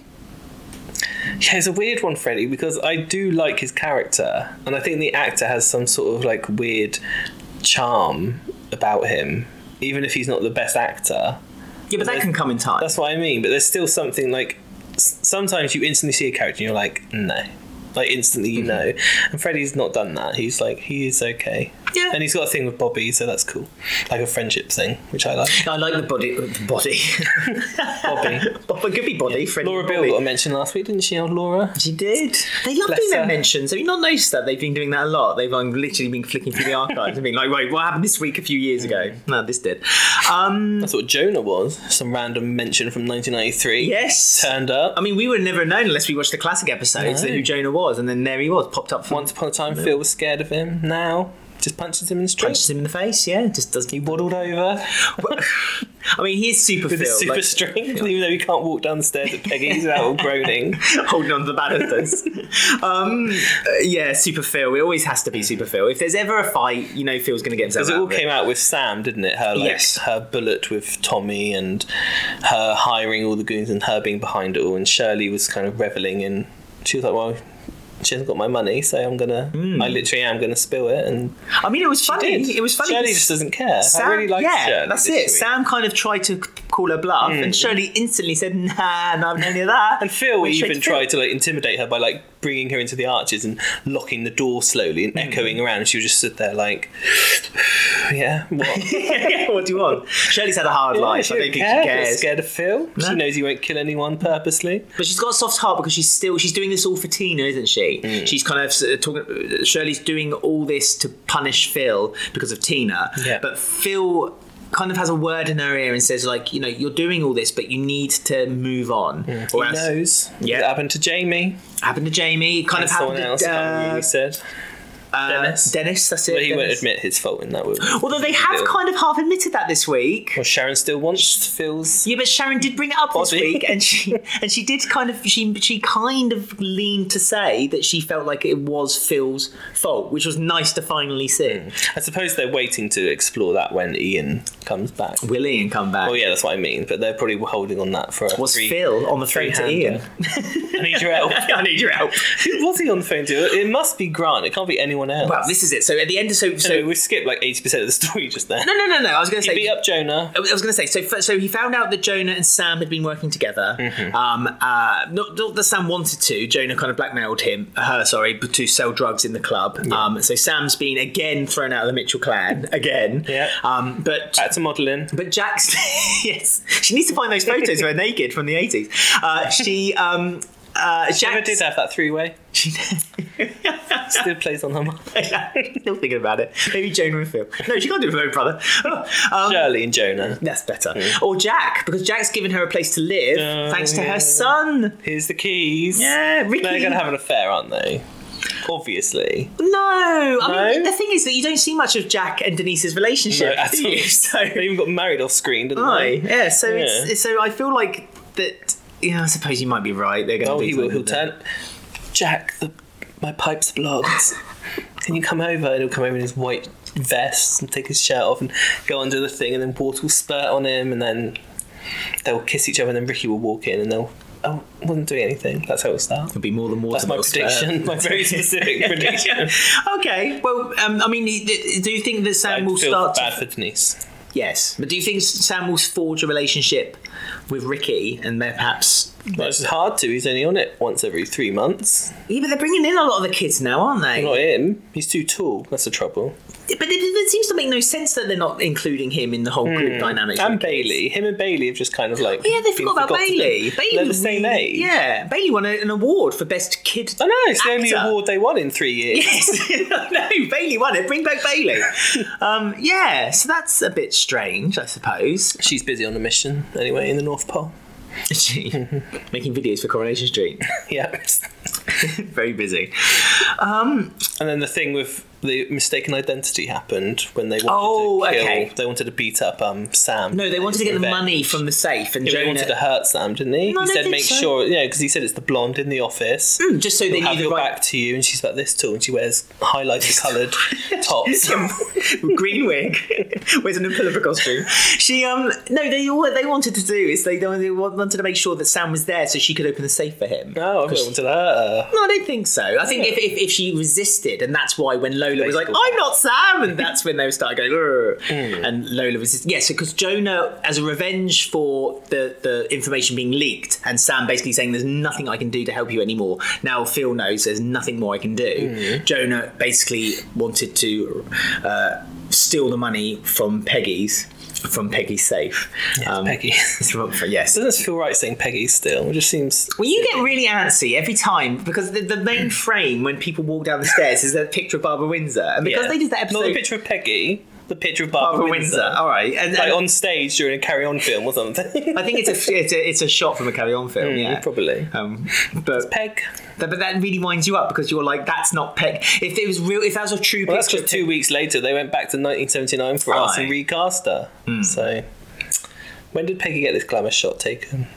S2: Yeah, it's a weird one, Freddie, because I do like his character, and I think the actor has some sort of like weird charm about him, even if he's not the best actor.
S1: Yeah, but that can come in time.
S2: That's what I mean. But there's still something like s- sometimes you instantly see a character and you're like, no. Like instantly, you know, and Freddie's not done that. He's like, he is okay,
S1: Yeah.
S2: and he's got a thing with Bobby, so that's cool, like a friendship thing, which I like.
S1: I like the body. The body.
S2: Bobby,
S1: Bob, it could be body. Freddy.
S2: Laura
S1: Bobby.
S2: Bill got a mention last week, didn't she? Old Laura,
S1: She did. They love
S2: Bless
S1: doing their
S2: her.
S1: mentions. Have you not noticed that they've been doing that a lot? They've like, literally been flicking through the archives and being like, "Wait, what happened this week a few years ago?"
S2: Mm.
S1: No, this did. Um,
S2: that's what Jonah was. Some random mention from 1993.
S1: yes.
S2: turned up.
S1: I mean, we would have never known unless we watched the classic episodes
S2: No.
S1: that who Jonah was, and then there he was, popped up from
S2: Once upon a time, Phil was scared of him. Now, just punches him in the street.
S1: punches him in the face. Yeah, just does.
S2: He waddled over.
S1: I mean, he is super
S2: With
S1: Phil,
S2: his super
S1: like,
S2: strength, even though he can't walk down the stairs at Peggy's without groaning.
S1: holding on to the banisters. um, uh, yeah, super Phil. It always has to be super Phil. If there's ever a fight, you know Phil's going to get himself.
S2: Because it all
S1: out of
S2: came out with Sam, didn't it? Her like
S1: Yes.
S2: her bullet with Tommy and her hiring all the goons and her being behind it all. And Shirley was kind of reveling in. She was like, "Well, she hasn't got my money, so I'm gonna.
S1: Hmm.
S2: I literally am gonna spill it." And
S1: I mean, it was funny.
S2: did.
S1: It was funny.
S2: Shirley
S1: 'cause
S2: just doesn't care.
S1: Sam,
S2: I really like
S1: yeah,
S2: Shirley.
S1: that's
S2: this
S1: it.
S2: week. Mm,
S1: Sam kind of tried to call her bluff, and Shirley instantly said, "Nah, not having any of that."
S2: And Phil
S1: Which
S2: even
S1: made Phil-
S2: tried to like intimidate her by like bringing her into the arches and locking the door slowly
S1: Hmm.
S2: and echoing around. And she was just stood there like, yeah, what?
S1: what do you want? Shirley's had a hard life. I
S2: she
S1: don't think
S2: care.
S1: she cares.
S2: Scared of Phil. She knows he won't kill anyone purposely.
S1: But she's got a soft heart because she's still she's doing this all for Tina, isn't she?
S2: Mm.
S1: She's kind of uh, talking. Shirley's doing all this to punish Phil because of Tina.
S2: Yeah.
S1: But Phil kind of has a word in her ear and says like, you know, you're doing all this, but you need to move on. Or
S2: He
S1: else
S2: knows.
S1: Yeah.
S2: It happened to Jamie.
S1: happened to Jamie. It kind
S2: And
S1: of
S2: someone
S1: happened
S2: else.
S1: to
S2: can't
S1: uh,
S2: remember who said.
S1: uh,
S2: Dennis.
S1: Dennis, that's it.
S2: But he won't
S1: Dennis.
S2: admit his fault in that. Will. he?
S1: Although they have
S2: Phil.
S1: kind of half admitted that this week.
S2: Well, Sharon still wants Phil's.
S1: Yeah, but Sharon did bring it up this
S2: Body.
S1: week, and she and she did kind of she she kind of leaned to say that she felt like it was Phil's fault, which was nice to finally see.
S2: I suppose they're waiting to explore that when Ian comes back.
S1: Will Ian come back?
S2: Well, yeah, that's what I mean. But they're probably holding on that for. a
S1: Was
S2: three-
S1: Phil on the phone to Ian?
S2: three-hander. I need your help.
S1: I need your help.
S2: Who was he on the phone to? It must be Grant. It can't be anyone else.
S1: Well, this is it. So at the end of so so
S2: so we skipped like eighty percent of the story just there.
S1: no no no no. I was going to say
S2: Beat up Jonah.
S1: I was going to say, so f- so he found out that Jonah and Sam had been working together.
S2: Mm-hmm.
S1: Um, uh, not, not that Sam wanted to. Jonah kind of blackmailed him, her, sorry, but to sell drugs in the club. Um, so Sam's been again thrown out of the Mitchell clan again.
S2: Yeah.
S1: Um, but
S2: Back to modelling.
S1: but Jack's yes, she needs to find those photos of her naked from the eighties. Uh, she um, uh,
S2: Never
S1: Jack's,
S2: did have that three way.
S1: she-
S2: Still plays on her mum.
S1: still thinking about it. Maybe Jonah and Phil. No, she can't do it with her own brother. Um,
S2: Shirley and Jonah.
S1: That's better. Or Jack, because Jack's given her a place to live
S2: Oh,
S1: thanks to
S2: yeah.
S1: her son.
S2: Here's the keys.
S1: Yeah, Ricky.
S2: They're going to have an affair, aren't they? Obviously.
S1: no, I mean
S2: No?
S1: the thing is that you don't see much of Jack and Denise's relationship,
S2: No, at
S1: do
S2: all.
S1: you? So
S2: They even got married off screen, didn't
S1: Aye,
S2: they?
S1: yeah. So
S2: Yeah.
S1: It's, it's- so I feel like that. Yeah, I suppose you might be right. They're going to
S2: Oh,
S1: do
S2: he will. He'll
S1: something.
S2: turn. Jack, the, my pipe's blocked. Can you come over? And he'll come over in his white vest and take his shirt off and go under the thing, and then water will spurt on him, and then they'll kiss each other, and then Ricky will walk in, and they'll. I wasn't doing anything. That's how it'll start.
S1: It'll be more than water.
S2: That's my
S1: bottles for her.
S2: prediction. My very specific prediction.
S1: okay. Well, um, I mean, d- do you think that Sam
S2: I
S1: will
S2: feel
S1: start? to-
S2: bad for Denise.
S1: yes, but do you think Sam will forge a relationship with Ricky and they're perhaps?
S2: It's hard to. He's only on it once every three months.
S1: Yeah, but they're bringing in a lot of the kids now, aren't they?
S2: Not him. He's too tall. That's the trouble.
S1: But it, it seems to make no sense that they're not including him in the whole group dynamic.
S2: Hmm. And Bailey. Him and Bailey have just kind of like.
S1: Yeah, they
S2: been
S1: forgot about
S2: forgotten.
S1: Bailey. Bailey
S2: They're the same
S1: really-
S2: age.
S1: Yeah, Bailey won a- an award for best kid.
S2: I know. It's the only
S1: Actor.
S2: award they won in three years.
S1: Yes, no, Bailey won it. Bring back Bailey. um, yeah, so that's a bit strange, I suppose.
S2: She's busy on a mission anyway in the North Pole.
S1: She making videos for Coronation Street.
S2: Yeah.
S1: Very busy.
S2: And then the thing with the mistaken identity happened when they wanted
S1: Oh,
S2: to kill.
S1: okay.
S2: They wanted to beat up um Sam.
S1: No, they wanted to get the
S2: Revenge.
S1: money from the safe, and
S2: Yeah,
S1: Jonah,
S2: They wanted to hurt Sam, didn't he?
S1: No,
S2: he
S1: I don't
S2: said,
S1: think
S2: "Make
S1: so.
S2: sure, yeah," because he said it's the blonde in the office.
S1: just so they
S2: have
S1: knew the
S2: your
S1: right
S2: back to you, and she's about this tall, and she wears highlighter coloured tops.
S1: green wig wears an umbilical costume. She um no they all they wanted to do is they they wanted to make sure that Sam was there so she could open the safe for him.
S2: No, I'm going to her.
S1: No, I don't think so. I think if, if, if she resisted, and that's why when Lola was like,
S2: pulled
S1: "I'm not Sam," and that's when they started going, "Urgh." and Lola was yes, because Jonah, as a revenge for the the information being leaked, and Sam basically saying, "There's nothing I can do to help you anymore." Now Phil knows there's nothing more I can do. Jonah basically wanted to uh, steal the money from Peggy's. From Peggy's safe. Um,
S2: Peggy.
S1: from- from- yes.
S2: Doesn't it feel right saying Peggy still? It Mm. just seems.
S1: Well, you get really antsy every time because the, the main frame when people walk down the stairs is a picture of Barbara Windsor, and because
S2: Yeah.
S1: they did that
S2: Not the
S1: episode,
S2: picture of Peggy, the picture of Barbara,
S1: Barbara
S2: Windsor.
S1: Windsor. All right, and,
S2: Like
S1: and
S2: on stage during a Carry On film or something.
S1: I think it's a, it's a it's a shot from a Carry On film, yeah.
S2: Mm, Probably.
S1: Um, but
S2: Peg.
S1: th- but that really winds you up because you're like, that's not Peg. If it was real, if that was a true
S2: Well, that's
S1: picture,
S2: because two weeks later they went back to 1979 for us and
S1: Right.
S2: recast her. So When did Peggy get this glamour shot taken?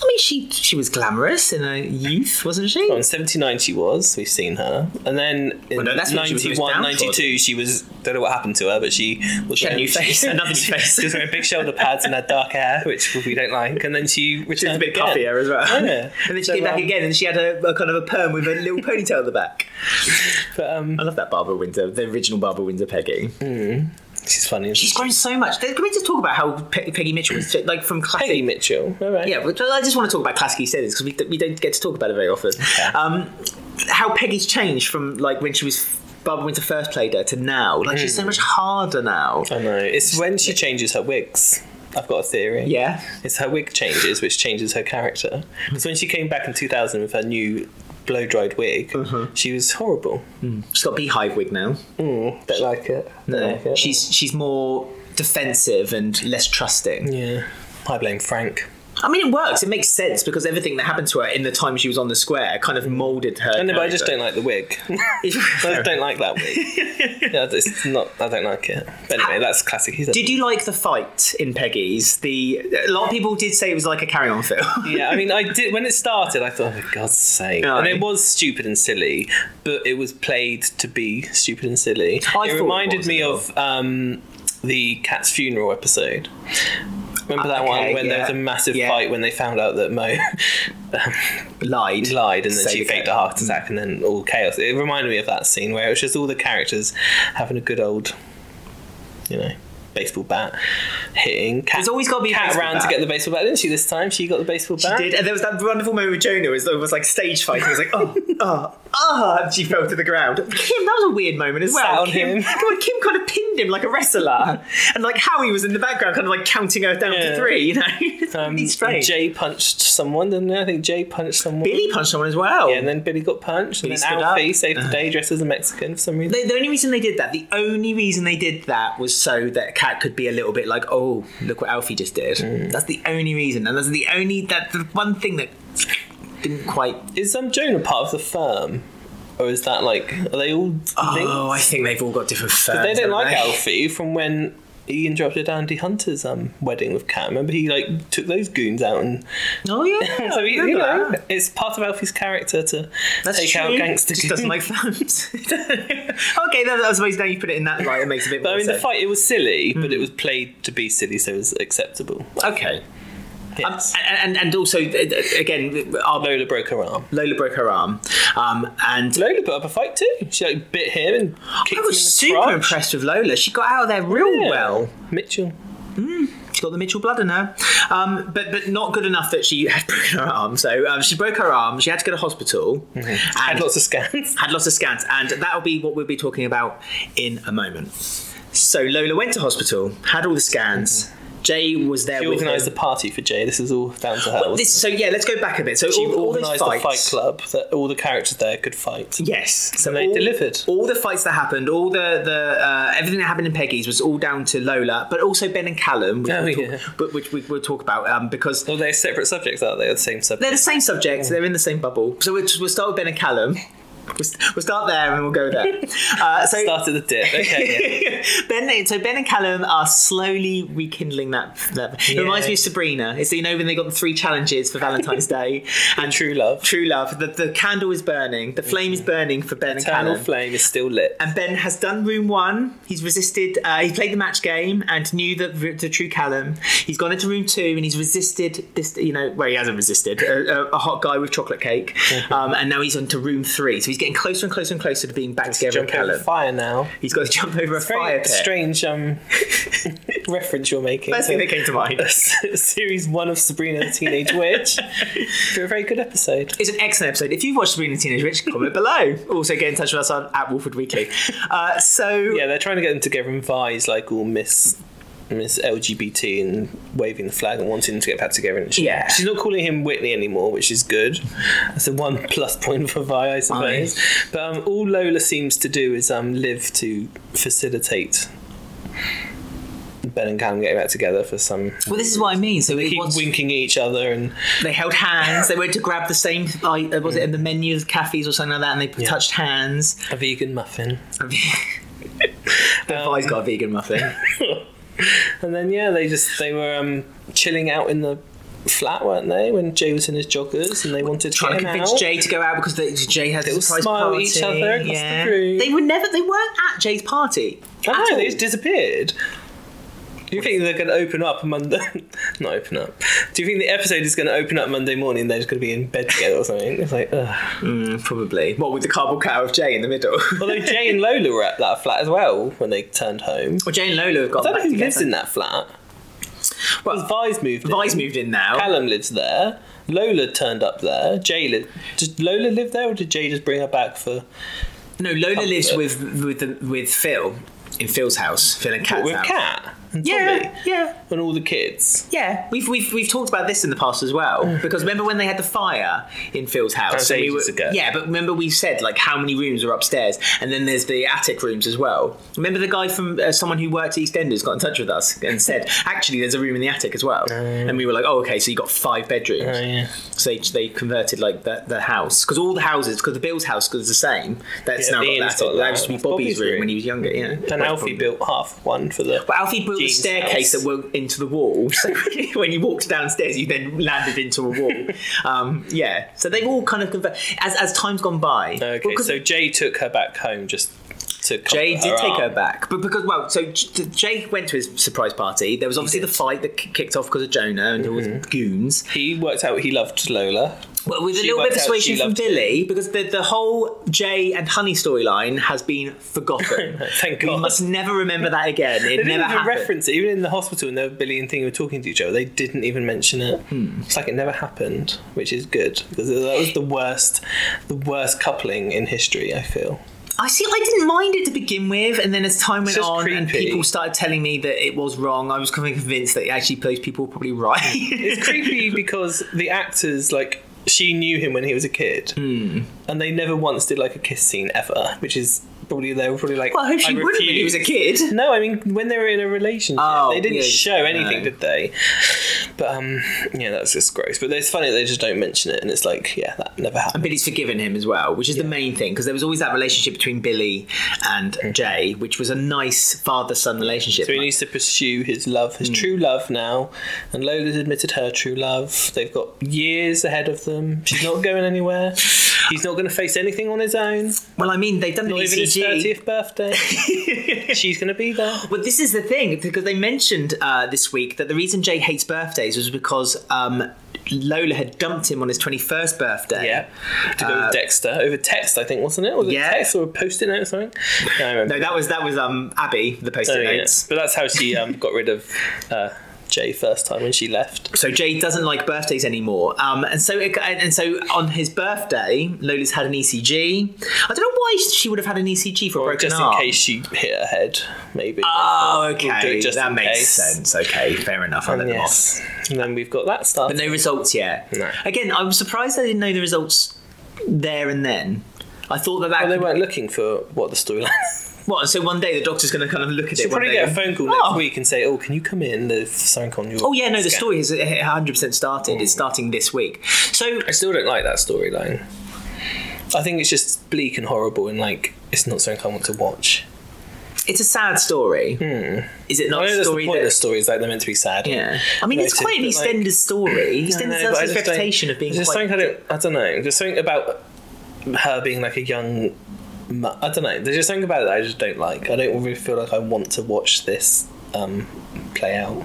S1: I mean, she she was glamorous in her youth, wasn't she?
S2: Well, Oh, in 79 she was, we've seen her. And then in
S1: Well, no, that's when she was
S2: 91,
S1: most
S2: 92 she was, don't know what happened to her, but she was
S1: She had a
S2: wearing-
S1: new face, another new face.
S2: She was wearing big shoulder pads and had dark hair, which we don't like. And then she returned
S1: She was a bit
S2: again.
S1: puffier as well.
S2: Yeah.
S1: And then she
S2: So,
S1: came back
S2: um,
S1: again and she had a, a kind of a perm with a little ponytail at the back.
S2: But um,
S1: I love that Barbara Windsor, the original Barbara Windsor Peggy.
S2: she's funny. isn't
S1: She's grown so much. Can we just talk about how Pe- Peggy Mitchell was, like, from
S2: she?
S1: classic...
S2: Peggy Mitchell. All right.
S1: Yeah, but I just want to talk about classic aesthetics because we, d- we don't get to talk about it very often. Um, how Peggy's changed from, like, when she was... Barbara Windsor first played her to now. Like, she's so
S2: Hmm.
S1: much harder now.
S2: I know. It's when she changes her wigs. I've got a theory.
S1: Yeah.
S2: It's her wig changes, which changes her character. Because when she came back in 2000 with her new blow dried wig,
S1: Mm-hmm.
S2: she was horrible.
S1: She's got a beehive wig now.
S2: Don't like it. Don't like it.
S1: She's, she's more defensive and less trusting.
S2: Yeah. I blame Frank.
S1: I mean, it works. It makes sense because everything that happened to her in the time she was on the square kind of molded her.
S2: I know, Hmm. but I just don't like the wig. I just don't like that wig. yeah, it's not. I don't like it. But anyway, that's classic. He's a-
S1: Did you like the fight in Peggy's? The a lot of people did say it was like a carry-on film.
S2: yeah, I mean, I did when it started. I thought, oh, for God's sake,
S1: Aye.
S2: and it was stupid and silly, but it was played to be stupid and silly.
S1: thought
S2: it
S1: it
S2: reminded
S1: was as
S2: me
S1: well.
S2: of um, the cat's funeral episode. Remember that
S1: Uh, Okay,
S2: one when there was
S1: yeah.
S2: a massive
S1: Yeah.
S2: fight when they found out that Mo
S1: Lied.
S2: lied and then
S1: Say
S2: she
S1: the
S2: faked a
S1: cat.
S2: heart attack and then all chaos. It reminded me of that scene where it was just all the characters having a good old, you know, baseball bat hitting. Cat,
S1: There's always gotta be a
S2: cat
S1: baseball
S2: ran to
S1: bat.
S2: get the baseball bat, didn't she? This time she got the baseball
S1: She
S2: bat.
S1: did, and there was that wonderful moment with Jonah. As it was like stage fighting. It was like, oh, oh, oh, and she fell to the ground. Kim, that was a weird moment as well.
S2: Sat on
S1: Kim,
S2: him.
S1: Come on, Kim kind of pinned him like a wrestler, and like Howie was in the background, kind of like counting her down
S2: Yeah.
S1: to three. You know,
S2: Um,
S1: he's strange.
S2: Jay punched someone, didn't he? I think Jay punched someone.
S1: Billy punched someone as well.
S2: And then Billy got punched.
S1: Billy
S2: and
S1: stood
S2: then Alfie
S1: up.
S2: saved the day dressed as a Mexican for some reason.
S1: The, the only reason they did that, the only reason they did that was so that Cat could be a little bit like, oh, look what Alfie just did. That's the only reason, and that's the only that the one thing that didn't quite.
S2: Is um, Jonah part of the firm? Or is that like, are they all linked?
S1: Oh, I think they've all got different firms.
S2: they don't
S1: haven't
S2: like
S1: they?
S2: Alfie from when he interrupted Andy Hunter's um, wedding with Cat. Remember, he like took those goons out and
S1: Oh yeah,
S2: so
S1: I
S2: he, you
S1: remember
S2: know,
S1: that.
S2: it's part of Alfie's character to
S1: That's
S2: take
S1: true.
S2: out gangster
S1: Just
S2: goons.
S1: doesn't like firms. okay, that, I suppose now you put it in that light, it makes a bit
S2: but
S1: more
S2: I mean, the
S1: sense.
S2: fight it was silly, but
S1: Hmm.
S2: it was played to be silly, so it was acceptable.
S1: okay. Um,
S2: Yes.
S1: and, and and also uh, again, our
S2: Lola broke her arm.
S1: Lola broke her arm, um, and
S2: Lola put up a fight too. She like bit him and
S1: I was
S2: kicked him in the
S1: super
S2: crotch.
S1: impressed with Lola. She got out of there real
S2: Yeah.
S1: well.
S2: Mitchell.
S1: She got the Mitchell blood in her, um, but but not good enough that she had broken her arm. So um, she broke her arm. She had to go to hospital. And
S2: Mm-hmm. Had lots of scans.
S1: had lots of scans, and that'll be what we'll be talking about in a moment. So Lola went to hospital, had all the scans. Jay was there.
S2: Mm-hmm. She
S1: with
S2: organised
S1: them.
S2: the party for Jay. This is all down to her. wasn't
S1: This, so yeah, let's go back a bit. So
S2: it? she
S1: all, all those
S2: organised the
S1: fights,
S2: fight club that all the characters there could fight.
S1: Yes, so
S2: they delivered.
S1: All the fights that happened, all the the uh, everything that happened in Peggy's was all down to Lola, but also Ben and Callum, which,
S2: Oh,
S1: we'll,
S2: yeah.
S1: talk, but which we, we'll talk about um, because
S2: Well, they're separate subjects, aren't they? Or the same
S1: they're
S2: subject.
S1: the same subject, they're in the same bubble. So we'll, we'll start with Ben and Callum. We'll, we'll start there and we'll go there. Uh, so
S2: Started the dip. Okay.
S1: ben, so Ben and Callum are slowly rekindling that. that. It reminds me of Sabrina. It's you know when they got the three challenges for Valentine's Day
S2: yeah.
S1: and
S2: True love.
S1: true love. The, the candle is burning. The flame is burning for Ben and
S2: Eternal
S1: Callum.
S2: flame is still lit.
S1: and Ben has done room one. He's resisted. Uh, he played the match game and knew the, the true Callum. He's gone into room two and he's resisted this. You know, well, he hasn't resisted a, a, a hot guy with chocolate cake.
S2: Mm-hmm.
S1: Um, and now he's on to room three. So he's getting closer and closer and closer to being back together with
S2: Jump over
S1: Callum.
S2: fire now.
S1: He's got to jump over a
S2: Very
S1: fire pit.
S2: strange um, reference you're making.
S1: First thing that came to mind.
S2: Series one of Sabrina the Teenage Witch. a very good episode.
S1: It's an excellent episode. If you've watched Sabrina the Teenage Witch, comment below. Also, get in touch with us on at Wolford Weekly. Uh, so,
S2: Yeah, they're trying to get them together and Vi's like all Miss Miss LGBT and waving the flag and wanting them to get back together. And she,
S1: Yeah.
S2: she's not calling him Whitney anymore, which is good. That's the one plus point for Vi, I suppose. But um, all Lola seems to do is um, live to facilitate Ben and Callum getting back together for some.
S1: well, this is what I mean. So,
S2: Keep
S1: it was,
S2: winking at each other and
S1: they held hands. They went to grab the same, like, uh, was it in the menu of cafes or something like that? And they touched hands.
S2: a vegan muffin.
S1: The boy's got a vegan muffin.
S2: And then yeah, they just they were um, chilling out in the flat, weren't they? When Jay was in his joggers and they wanted to
S1: Trying to
S2: get him
S1: convince
S2: out.
S1: Jay to go out because they, Jay has
S2: They'll
S1: a surprise
S2: smile at
S1: party.
S2: each other across the
S1: yeah.
S2: room.
S1: They were never. They weren't at Jay's party.
S2: I
S1: at
S2: know,
S1: all. Mm,
S2: they just disappeared. Do you think they're going to open up Monday? Not open up. Do you think the episode is going to open up Monday morning? and They're just going to be in bed together or something. It's like, ugh.
S1: Probably. What with the cardboard cutout of Jay in the middle?
S2: although Jay and Lola were at that flat as well when they turned home.
S1: well, Jay and Lola have got.
S2: I don't
S1: back
S2: know who
S1: together.
S2: lives in that flat. Well,
S1: Well,
S2: Vi's moved. in.
S1: Vi's moved in now.
S2: Callum lives there. Lola turned up there. Jay li- did Lola live there, or did Jay just bring her back for
S1: No, Lola lives
S2: Comfort.
S1: with with the, with Phil in Phil's house. Phil and Cat's
S2: with
S1: house.
S2: Cat and Tommy
S1: Yeah, yeah,
S2: and all the kids?
S1: yeah. We've, we've we've talked about this in the past as well. Because remember when they had the fire in Phil's house?
S2: Mm. was
S1: and we
S2: ages
S1: were-
S2: ago.
S1: Yeah, but remember we said like how many rooms are upstairs, and then there's the attic rooms as well. Remember the guy from uh, someone who worked at EastEnders got in touch with us and said actually there's a room in the attic as well, and we were like oh okay so you got five bedrooms.
S2: Oh, yeah.
S1: So they, they converted like the, the house because all the houses because the Bill's house was the same. That's
S2: Yeah,
S1: now
S2: the
S1: got
S2: inn's
S1: that.
S2: got
S1: that
S2: that.
S1: used to be
S2: That's
S1: Bobby's,
S2: Bobby's
S1: room,
S2: room.
S1: when he was younger. Yeah,
S2: And Alfie built half one for the.
S1: But Alfie built a
S2: Jean's
S1: staircase
S2: house.
S1: that went into the wall. So when you walked downstairs, you then landed into a wall. um, yeah. So they've all kind of conver- as as time's gone by.
S2: Okay,
S1: Well, 'cause
S2: so Jay took her back home just to. comfort
S1: Jay did
S2: her
S1: take her
S2: arm.
S1: back, but because well, so J- Jay went to his surprise party. There was obviously the fight that k- kicked off because of Jonah and all the goons.
S2: He worked out he loved Lola.
S1: Well, with a
S2: Mm-hmm. She
S1: little bit of
S2: worked out
S1: persuasion
S2: she
S1: from
S2: loved
S1: Billy, because the, the whole Jay and Honey storyline has been forgotten.
S2: Thank
S1: we
S2: Oh God.
S1: must never remember that again. It
S2: They didn't
S1: never
S2: even
S1: happened.
S2: reference it. Even in the hospital, when they were- Billy and Thing were talking to each other, they didn't even mention it.
S1: Hmm.
S2: It's like it never happened, which is good because that was the worst, the worst coupling in history. I feel.
S1: I see. I didn't mind it to begin with, and then as time went
S2: just
S1: on and
S2: creepy.
S1: people started telling me that it was wrong, I was kind of convinced that actually those people were probably right.
S2: It's creepy because the actors like she knew him when he was a kid, and they never once did like a kiss scene ever, which is probably they were probably like.
S1: well, I hope she would have when he was a
S2: refuse."
S1: kid.
S2: No, I mean when they were in a relationship,
S1: Oh,
S2: they didn't
S1: yeah,
S2: show anything,
S1: no.
S2: did they? But um, yeah, that's just gross. But it's funny they just don't mention it, and it's like, yeah, that never happened.
S1: Billy's forgiven him as well, which is the main thing because there was always that relationship between Billy and Jay, which was a nice father-son relationship.
S2: So he needs to pursue his love, his true love now. And Lola's admitted her true love. They've got years ahead of them. She's not going anywhere. He's not going to face anything on his own.
S1: well, I mean, they've done the
S2: Not even his
S1: ECG.
S2: thirtieth birthday. She's going to be there.
S1: Well, this is the thing because they mentioned uh, this week that the reason Jay hates birthdays was because um, Lola had dumped him on his twenty-first birthday.
S2: Yeah, to go
S1: Uh,
S2: with Dexter over text, I think wasn't it? Was
S1: Yeah.
S2: it text or a post-it note or something? No, I remember.
S1: No, that was that was um Abby, the post-it
S2: Oh, yeah.
S1: notes.
S2: But that's how she um, got rid of uh, Jay first time when she left.
S1: So Jay doesn't like birthdays anymore, um, and so it, and and so on his birthday, Lola's had an ECG. I don't know why she would have had an ECG for a
S2: Or
S1: broken
S2: just in
S1: arm.
S2: case she hit her head, maybe.
S1: oh,
S2: We'll do it
S1: okay,
S2: just
S1: that
S2: in
S1: makes
S2: case. Oh,
S1: sense. Okay, fair enough. I'll let them off.
S2: Yes. And then we've got that stuff.
S1: But no results yet.
S2: No.
S1: Again, I'm surprised I didn't know the results there and then. I thought that that
S2: Well, they
S1: could-
S2: weren't looking for what the storyline.
S1: what. So one day the doctor's going to kind of look at
S2: She'll
S1: it. One
S2: probably
S1: day
S2: get a
S1: and-
S2: phone call
S1: Oh.
S2: next week and say, "Oh, can you come in? There's something on your."
S1: Oh yeah, no, the
S2: scan."
S1: story is 100 percent started.
S2: Mm.
S1: It's starting this week. So
S2: I still don't like that storyline. I think it's just bleak and horrible, and like it's not something I want to watch.
S1: it's a sad story. Is it
S2: Hmm. I
S1: not
S2: know
S1: a
S2: that's
S1: story
S2: the point
S1: that
S2: of the story is like they're meant to be sad.
S1: Yeah. I mean, it's
S2: Noted,
S1: quite an
S2: but, like-
S1: EastEnders story.
S2: I
S1: EastEnders
S2: know, but I
S1: has this
S2: just don't-
S1: reputation of being
S2: there's just
S1: quite.
S2: something I don't, I don't know. There's something about her being like a young. mu- I don't know. There's just something about it that I just don't like. I don't really feel like I want to watch this um, play out.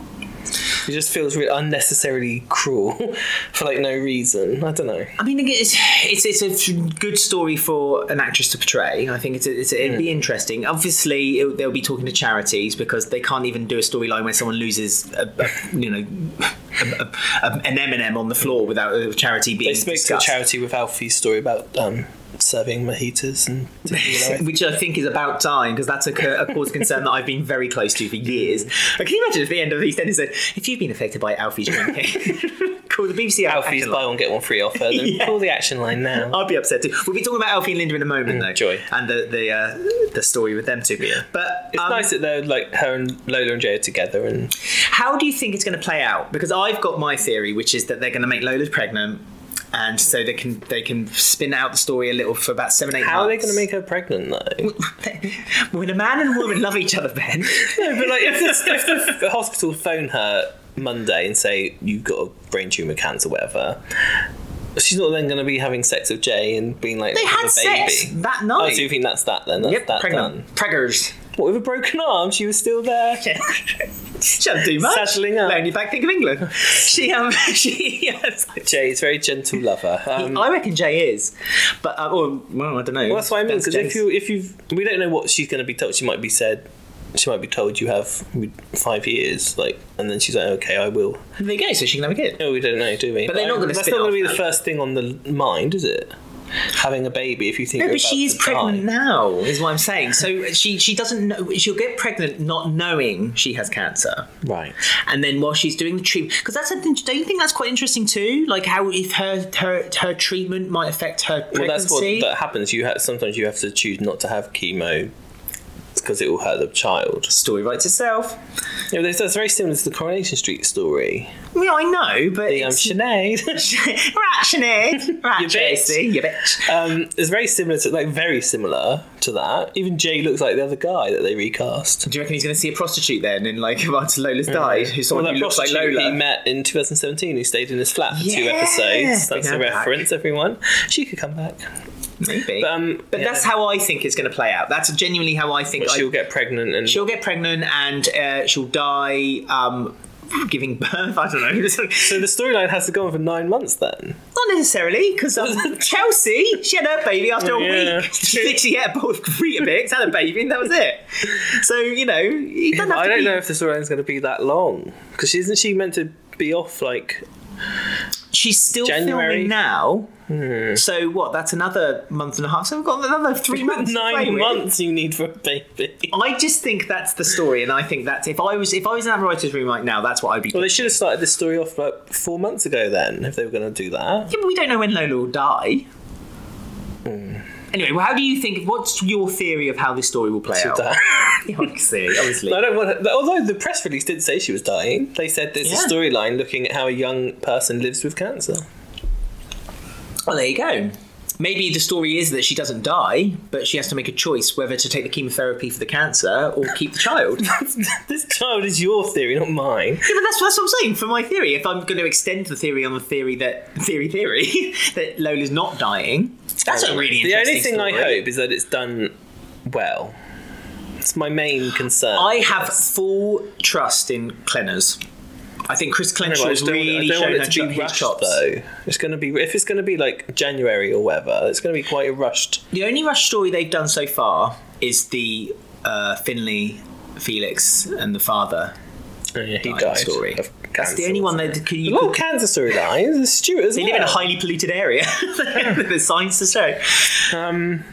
S2: It just feels really unnecessarily cruel for like no reason. I don't know.
S1: I mean, it's, it's it's a good story for an actress to portray. I think it's, it's it'd
S2: Hmm.
S1: be interesting. Obviously, it, they'll be talking to charities because they can't even do a storyline where someone loses, a, a- you know, a, a, a- an M&M on the floor without a charity being
S2: They spoke to a
S1: discussed.
S2: charity with Alfie's story about um, serving mojitas and. tequila, I think.
S1: which I think is about time because that's a, co- a cause concern that I've been very close to for years. Like, can you imagine if the end of EastEnders said, "If you've been affected by Alfie's drinking, call the BBC
S2: Alfie's
S1: Action
S2: buy one get one free offer. Then
S1: Yeah.
S2: Call the action line now.
S1: I'd be upset too. We'll be talking about Alfie and Linda in a moment, though.
S2: Mm. joy.
S1: and the the uh, the story with them too. But
S2: It's
S1: um,
S2: nice that they're like her and Lola and Jay are together and
S1: how do you think it's going to play out? Because I've got my theory, which is that they're going to make Lola pregnant, and so they can they can spin out the story a little for about seven eight.
S2: How are they
S1: months.
S2: going to make her pregnant though?
S1: when a man and woman love each other, Ben?
S2: No, but like if the, if the hospital phone her Monday and say you've got a brain tumor, cancer, whatever. She's not then going to be having sex with Jay and being like,
S1: They
S2: "Have
S1: had
S2: a
S1: sex
S2: baby."
S1: that
S2: Oh,
S1: night.
S2: so you think that's that then? That's
S1: yep,
S2: that
S1: pregnant.
S2: done.
S1: Preggers.
S2: What with a broken arm? She was still there.
S1: She doesn't do much.
S2: Saddling up.
S1: Lonely back think of England. She um she yes.
S2: Jay is a very gentle lover. Um,
S1: I reckon Jay is, but uh, or well, I don't know.
S2: Well, that's what I mean.
S1: That's
S2: Because if
S1: Jay's-
S2: you, if you, we don't know what she's going to be told. She might be said, she might be told you have five years, like, and then she's like, okay, I will.
S1: there you go, so she can have a kid.
S2: No, we don't know, do we?
S1: But they're not
S2: I-
S1: gonna
S2: That's
S1: spin
S2: not going to be
S1: off
S2: the
S1: that.
S2: first thing on the mind, is it? Having a baby, if you think.
S1: No,
S2: you're
S1: but she
S2: about
S1: is
S2: to
S1: pregnant
S2: die.
S1: now, is what I'm saying. So she she doesn't know. She'll get pregnant not knowing she has cancer.
S2: right?
S1: and then while she's doing the treatment because that's something don't you think that's quite interesting too like how if her her her treatment might affect her pregnancy
S2: Well, that's what that happens. You have sometimes you have to choose not to have chemo because it will hurt the child.
S1: story writes itself
S2: Yeah, that's, that's very similar to the Coronation Street story.
S1: yeah I know but
S2: The, um,
S1: it's
S2: Sinead.
S1: rat Sinead rat
S2: You bitch.
S1: Tracy you bitch
S2: Um, it's very similar to like very similar to that. Even Jay looks like the other guy that they recast.
S1: do you reckcan he's going to see a prostitute then in like after Lola's died who's someone
S2: that
S1: who looks like
S2: prostitute
S1: Lola
S2: he met in 2017, who stayed in his flat for two
S1: Yeah,
S2: episodes.
S1: bring
S2: That's
S1: her
S2: a
S1: back.
S2: reference, everyone. She could come back.
S1: maybe
S2: But, um,
S1: but
S2: yeah.
S1: that's how I think it's going to play out that's genuinely how I think
S2: But
S1: I-
S2: she'll get pregnant and
S1: she'll get pregnant and uh, she'll die um, giving birth I don't know
S2: so the storyline has to go on for nine months then.
S1: Not necessarily, because um, Chelsea, she had her baby after a
S2: Yeah.
S1: week. She literally had a bowl of Weetabix, had a baby, and that was it. So, you know, you don't have
S2: I
S1: to
S2: don't
S1: be-
S2: know if the storyline's going to be that long because isn't she meant to be off like
S1: She's still
S2: January.
S1: filming
S2: Hmm.
S1: now. So, what, that's another month and a half. So, we've got another three months. to play
S2: nine
S1: with.
S2: months you need for a baby?
S1: I just think that's the story, and I think that's if I was if I was in that writer's room right now, that's what I'd be.
S2: Well,
S1: doing.
S2: they should have started this story off like four months ago then if they were going to do that.
S1: Yeah, but we don't know when Lola will die.
S2: Hmm.
S1: Anyway, well, how do you think? What's your theory of how this story will play out? Obviously, obviously.
S2: I don't want. To, although the press release did say she was dying, they said there's
S1: Yeah.
S2: a storyline looking at how a young person lives with cancer.
S1: Well, there you go. Maybe the story is that she doesn't die, but she has to make a choice whether to take the chemotherapy for the cancer or keep the child. yeah, but
S2: this child is your theory, not mine.
S1: that's, that's what I'm saying for my theory. If I'm going to extend the theory on the theory that theory theory that Lola's not dying, that's a really
S2: The
S1: interesting
S2: only thing I
S1: story.
S2: hope is that it's done well. It's my main concern.
S1: I have full trust in Clenners. I think Chris
S2: I
S1: Clenners
S2: don't know, I
S1: has
S2: just don't-
S1: really
S2: I don't
S1: shown
S2: want
S1: her
S2: it to
S1: cho-
S2: be
S1: his
S2: rushed
S1: chops.
S2: though. It's going to be if it's going to be like January or whatever. It's going to be quite a rushed.
S1: The only rush story they've done so far is the uh, Finley, Felix, and the father.
S2: he
S1: died
S2: died
S1: story.
S2: of
S1: That's the
S2: cancer,
S1: only one
S2: wasn't
S1: that
S2: it?
S1: could
S2: A
S1: you
S2: lot of
S1: could-
S2: cancer storylines. There's Stuart as
S1: They
S2: well.
S1: live in a highly polluted area. There's signs to show.
S2: Um,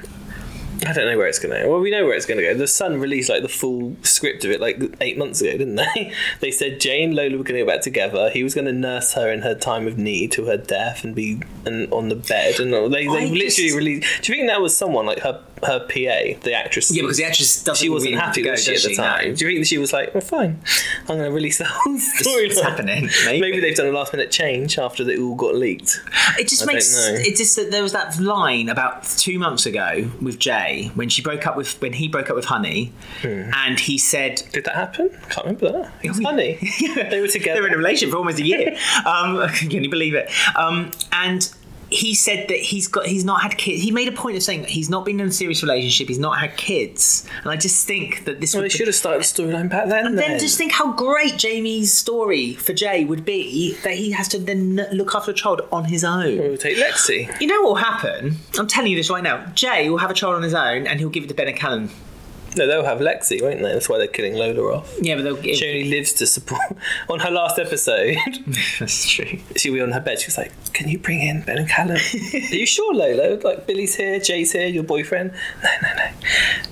S2: I don't know where it's going to go. Well, we know where it's going to go. The Sun released like the full script of it like eight months ago, didn't they? They said Jay and Lola were going to go back together. He was going to nurse her in her time of need till her death and be and on the bed. And all- they,
S1: I
S2: they literally
S1: just-
S2: released. Do you think that was someone like her her PA, the actress?
S1: Yeah, because the actress doesn't.
S2: she wasn't
S1: really
S2: happy
S1: go,
S2: was she,
S1: does
S2: at the time.
S1: No.
S2: Do you think she was like, "Well, fine, I'm going to release the whole story"?
S1: It's happening. Maybe.
S2: Maybe they've done a last minute change after they all got leaked.
S1: It just
S2: I don't
S1: makes
S2: know.
S1: it just that there was that line about two months ago with Jay when she broke up with when he broke up with Honey,
S2: Hmm.
S1: and he said
S2: Did that happen? Can't remember that. It was
S1: Yeah,
S2: funny. They were together.
S1: they were in a relationship for almost a year. Um, can you believe it? Um, and he said that he's got he's not had kids. He made a point of saying that he's not been in a serious relationship. He's not had kids, and I just think that this
S2: Well,
S1: would
S2: they
S1: be-
S2: should have started the storyline back then.
S1: then
S2: then.
S1: just think how great Jamie's story for Jay would be that he has to then look after a child on his own.
S2: we'll take Lexi.
S1: You know what will happen? I'm telling you this right now. Jay will have a child on his own and he'll give it to Ben and Callum.
S2: No, they'll have Lexi, won't they? That's why they're killing Lola off.
S1: Yeah, but they'll give.
S2: She only lives to support. On her last episode,
S1: That's true.
S2: she'll be on her bed. She was like, "Can you bring in Ben and Callum? Are you sure, Lola? Like Billy's here, Jay's here, your boyfriend? No, no, no.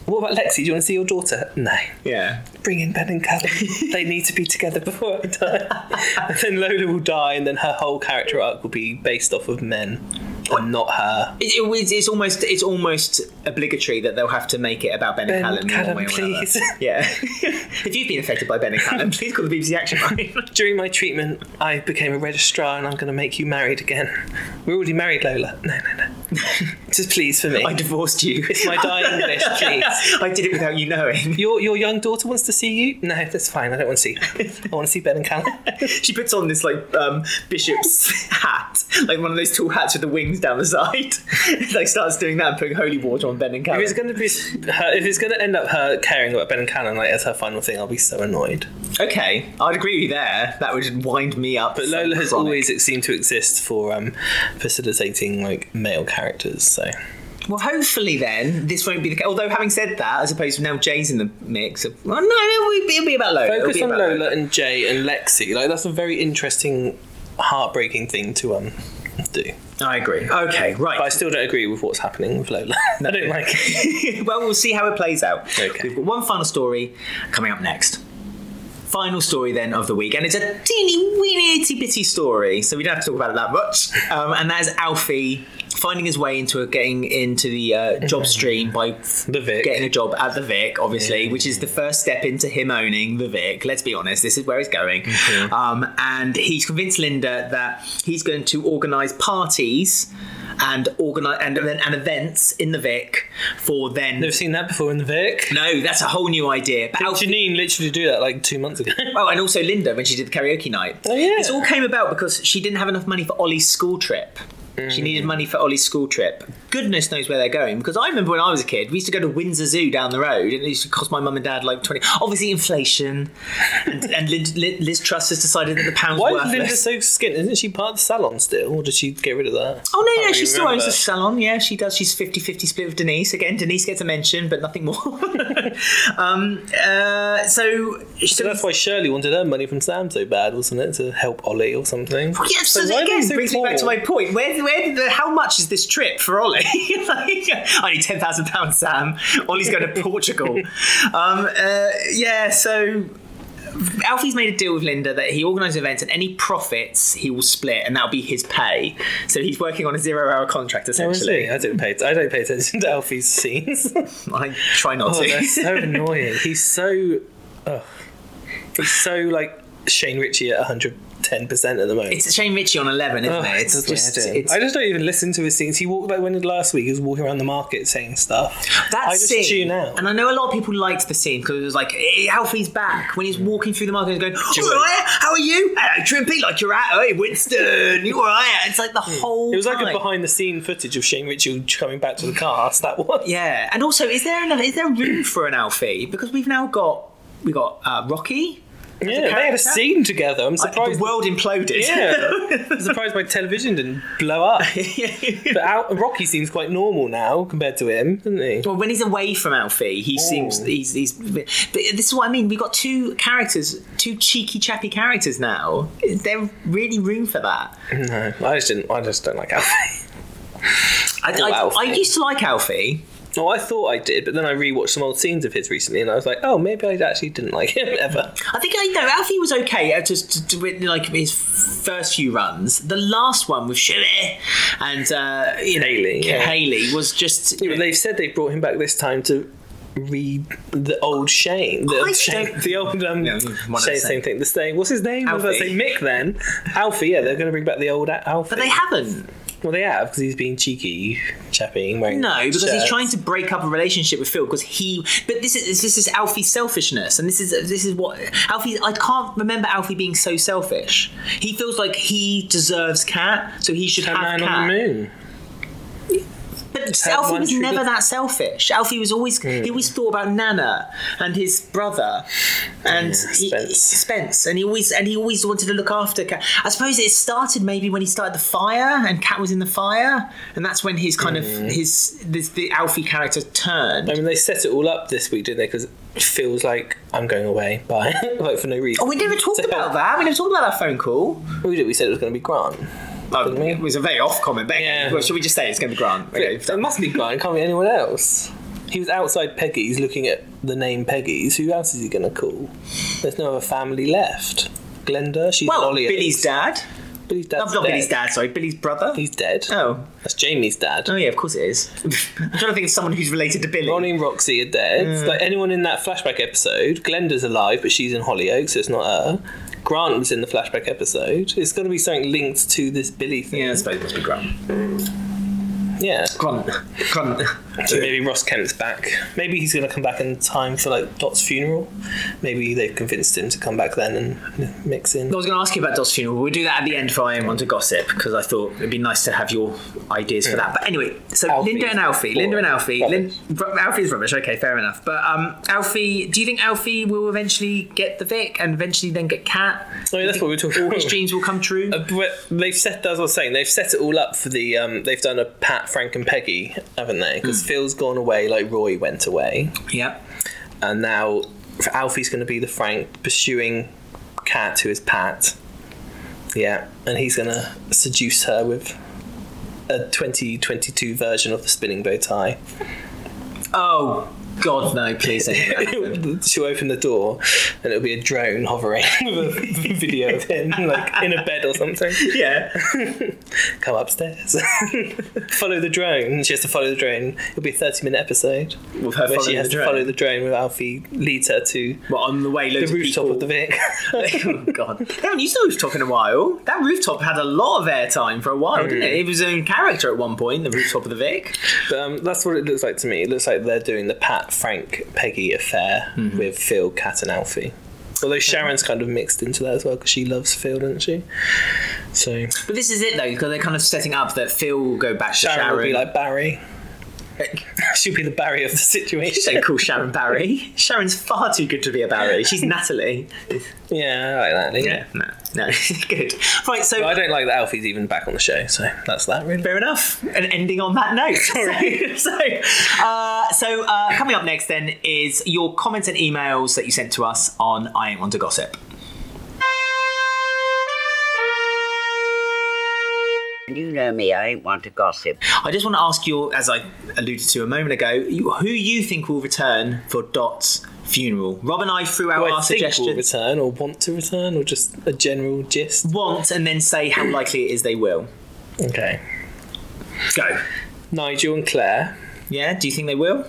S2: What about Lexi? Do you want to see your daughter? No.
S1: Yeah.
S2: Bring in Ben and Callum. they need to be together before I die. and then Lola will die, and then her whole character arc will be based off of men and not her.
S1: It, it was- it's almost it's almost obligatory that they'll have to make it about Ben, and
S2: Ben
S1: Callum. in one
S2: Callum,
S1: way or another.
S2: please.
S1: Yeah. if you've been affected by Ben and Callum, please call the BBC Action Line.
S2: During my treatment, I became a registrar and I'm going to make you married again. We're already married, Lola. No, no, no. Just please for me.
S1: I divorced you.
S2: It's my dying wish, please.
S1: I did it without you knowing.
S2: Your your young daughter wants to see you. No, that's fine. I don't want to see. You. I want to see Ben and Callum.
S1: She puts on this like um, bishop's hat, like one of those tall hats with the wings down the side. like starts doing that and putting holy water on Ben and
S2: If
S1: Callum.
S2: it's going to be her, if it's going to end up her caring about Ben and Callum like as her final thing, I'll be so annoyed.
S1: Okay, I'd agree with you there. That would wind me up.
S2: But Lola has always seemed to exist for um, facilitating like male characters. So
S1: Well, hopefully then this won't be the case. Although having said that, I suppose now Jay's in the mix. Of, well, no, it'll be, it'll be about Lola. It'll
S2: focus
S1: be
S2: on
S1: about
S2: Lola and Jay and Lexi. Like that's a very interesting, heartbreaking thing to um do.
S1: I agree. Okay,
S2: But I
S1: right.
S2: still don't agree with what's happening with Lola. I don't like it.
S1: well, we'll see how it plays out.
S2: Okay.
S1: We've got one final story coming up next. Final story then of the week, and it's a teeny weeny itty bitty story, so we don't have to talk about it that much. Um, and that is Alfie finding his way into getting into the uh, job stream by
S2: the Vic.
S1: getting a job at the Vic, obviously, which is the first step into him owning the Vic. Let's be honest, this is where he's going. Um, and he's convinced Linda that he's going to organise parties and organise and, and, and events in the Vic for then.
S2: Never seen that before in the Vic.
S1: No, that's a whole new idea. But Alfie-
S2: Janine literally do that like two months ago.
S1: Oh, and also Linda when she did the karaoke night.
S2: Oh, yeah.
S1: This all came about because she didn't have enough money for Ollie's school trip.
S2: Mm.
S1: She needed money for Ollie's school trip. Goodness knows where they're going because I remember when I was a kid, we used to go to Windsor Zoo down the road, and it used to cost my mum and dad like twenty. Obviously, inflation, and, and Liz, Liz Truss has decided that the pound's
S2: Why is
S1: worthless.
S2: Linda so skint? Isn't she part of the salon still, or did she get rid of that?
S1: Oh no, yeah,
S2: Can't
S1: she
S2: really
S1: still owns
S2: remember.
S1: the salon. Yeah, she does. She's 50-50 split with Denise. Again, Denise gets a mention, but nothing more. um, uh, so,
S2: So that's why Shirley wanted her money from Sam so bad, wasn't it? To help Ollie or something.
S1: Yeah, so,
S2: why are they
S1: again,
S2: so
S1: brings me back to
S2: poor?
S1: my point. Where, where, did the, how much is this trip for Ollie? like, I need ten thousand pounds, Sam. Ollie's going to Portugal. Um, uh, yeah, so Alfie's made a deal with Linda that he organises events and any profits he will split, and that'll be his pay. So he's working on a zero-hour contract
S2: Oh, is
S1: essentially.
S2: he? I don't pay. I don't pay attention to Alfie's scenes.
S1: I try not
S2: Oh,
S1: to.
S2: they're so annoying. He's so, ugh. he's so like Shane Ritchie at one hundred ten percent at the moment.
S1: it's Shane Ritchie on eleven, isn't
S2: Ugh,
S1: it? It's just
S2: disgusting.
S1: it's,
S2: I just don't even listen to his scenes. He walked like when he- last week. He was walking around the market saying stuff.
S1: that
S2: I just
S1: scene,
S2: tune out.
S1: and I know a lot of people liked the scene because it was like "Hey, Alfie's back when he's walking through the market and going, "Oh,
S2: you
S1: "All right, how are you? Hello, Trimpy, like you're at, hey, Winston, you all right?" It's like the whole.
S2: Hmm. It was like
S1: time.
S2: a behind the scene footage of Shane Ritchie coming back to the cast. That was.
S1: Yeah, and also, is there another? Is there room for an Alfie? Because we've now got we got uh, Rocky.
S2: Yeah, they had a
S1: character.
S2: scene together. I'm
S1: The
S2: surprised.
S1: world imploded.
S2: yeah, I'm surprised my television didn't blow up. But Al- Rocky seems quite normal now compared to him, doesn't he?
S1: Well, when he's away from Alfie, he seems he's, he's. But this is what I mean. We've got two characters, two cheeky, chappy characters now. Is there really room for that?
S2: No, I just didn't. I just don't like Alfie.
S1: I, I,
S2: Alfie.
S1: I used to like Alfie.
S2: Oh, I thought I did, but then I rewatched some old scenes of his recently, and I was like, oh, maybe I actually didn't like him ever.
S1: I think I know Alfie was okay. uh, Just to, to, with, like his first few runs. The last one with Shirley and uh, you know,
S2: Haley, yeah.
S1: Haley was just.
S2: Yeah, but they've said they brought him back this time to read the old Shane, the
S1: I
S2: old Shane,
S1: don't-
S2: the old um,
S1: No, one and the
S2: Shane,
S1: same.
S2: same thing. The same. What's his name? I was about to
S1: Alfie.
S2: say Mick. Then Alfie. Yeah, they're going to bring back the old Al- Alfie.
S1: But they haven't.
S2: well, they have because he's being cheeky, chappy. wearing
S1: No, because he's
S2: shirts.
S1: trying to break up a relationship with Phil because he. But this is this is Alfie's selfishness, and this is this is what Alfie. I can't remember Alfie being so selfish. He feels like he deserves Cat, so he should
S2: That
S1: have
S2: man
S1: Cat.
S2: on the moon.
S1: But
S2: had
S1: Alfie
S2: one Hmm.
S1: was
S2: true
S1: never
S2: love.
S1: that selfish. Alfie was always he always thought about Nana and his brother and he-
S2: Spence.
S1: Spence, and he always and he always wanted to look after Cat. I suppose it started maybe when he started the fire and Cat was in the fire, and that's when his kind
S2: Hmm.
S1: of his this, the Alfie character turned.
S2: I mean, they set it all up this week, didn't they? Because it feels like I'm going away, bye, like for no reason.
S1: Oh, we never talked
S2: So-
S1: about that. We never talked about that phone call.
S2: We did. We said it was going to be Grant.
S1: Oh,
S2: Didn't we?
S1: it was a very off comment. But okay,
S2: Yeah.
S1: well, should we just say it's going to be Grant? Okay,
S2: It must be Grant. It can't be anyone else. He was outside Peggy's looking at the name Peggy's. Who else is he going to call? There's no other family left. Glenda, she's
S1: well,
S2: Ollie.
S1: Billy's dad.
S2: Billy's
S1: No,
S2: dad's
S1: not
S2: dead.
S1: Billy's dad. Sorry, Billy's brother.
S2: He's dead.
S1: Oh,
S2: That's Jamie's dad.
S1: Oh yeah, of course it is. I'm trying to think of someone who's related to Billy.
S2: Ronnie and Roxy are dead.
S1: Mm.
S2: Like anyone in that flashback episode, Glenda's alive, but she's in Hollyoaks, so it's not her. Grant was in the flashback episode. It's going to be something linked to this Billy thing.
S1: I suppose it must be Grant.
S2: Yeah.
S1: Grunt. Grunt.
S2: So maybe Ross Kemp's back. Maybe he's going to come back in time for like Dot's funeral. Maybe they've convinced him to come back then and you know, mix in.
S1: I was going to ask you about Dot's funeral. We'll do that at the end if I am on to gossip because I thought it'd be nice to have your ideas for that. But anyway, so
S2: Alfie
S1: Linda and
S2: is
S1: Alfie,
S2: boring.
S1: Linda and Alfie, Lin-
S2: Rubbish.
S1: Ru- Alfie's rubbish. Okay, fair enough. But um, Alfie, do you think Alfie will eventually get the Vic and eventually then get Cat?
S2: Oh, yeah, that's what we were talking
S1: All his
S2: about.
S1: dreams will come true.
S2: Uh, but They've set. That's what I was saying. They've set it all up for the. Um, they've done a Pat, Frank, and Peggy, haven't they? Because Phil's gone away, like Roy went away,
S1: yeah.
S2: and now Alfie's going to be the Frank pursuing Cat, who is Pat. Yeah, and he's going to seduce her with a 2022 version of the spinning bow tie.
S1: Oh God, no! Please. don't do that.
S2: She'll open the door, and it'll be a drone hovering with a video of him, like in a bed or something.
S1: yeah.
S2: come upstairs. follow the drone. She has to follow the drone. It'll be a 30 minute episode
S1: With her
S2: where she
S1: following
S2: has
S1: the
S2: to
S1: drone.
S2: follow the drone with Alfie leads her to
S1: Well, on the way,
S2: the
S1: loads of
S2: rooftop
S1: people.
S2: of the Vic.
S1: oh god! They haven't used the rooftop in a while. That rooftop had a lot of airtime for a
S2: Oh,
S1: while, didn't it? It was own character at one point. The rooftop of the Vic.
S2: but, um, that's what it looks like to me. It looks like they're doing the Pat, Frank, Peggy affair
S1: Mm-hmm.
S2: with Phil, Kat, and Alfie. Although Sharon's kind of mixed into that as well because she loves Phil, doesn't she? So
S1: But this is it though, because they're kind of setting up that Phil will go back to
S2: Sharon,
S1: Sharon.
S2: will be like Barry. She'll be the Barry of the
S1: She's
S2: situation.
S1: so cool, Sharon Barry. Sharon's far too good to be a Barry. She's Natalie.
S2: yeah, I like that. Yeah.
S1: Yeah, no, no, good. Right, so
S2: I don't like that Alfie's even back on the show, so that's that really.
S1: fair enough. And ending on that note. Sorry. So, so, uh, so uh, coming up next then is your comments and emails that you sent to us on I Ain't Want to Gossip.
S3: You know me, I ain't one to gossip.
S1: I just want to ask you, as I alluded to a moment ago, you, who you think will return for Dot's funeral? Rob and I threw out
S2: Who
S1: our
S2: I think will
S1: suggestions.
S2: return or want to return or just a general gist.
S1: Want and then say how likely it is they will.
S2: Okay.
S1: Go.
S2: Nigel and Claire.
S1: Yeah, do you think they will?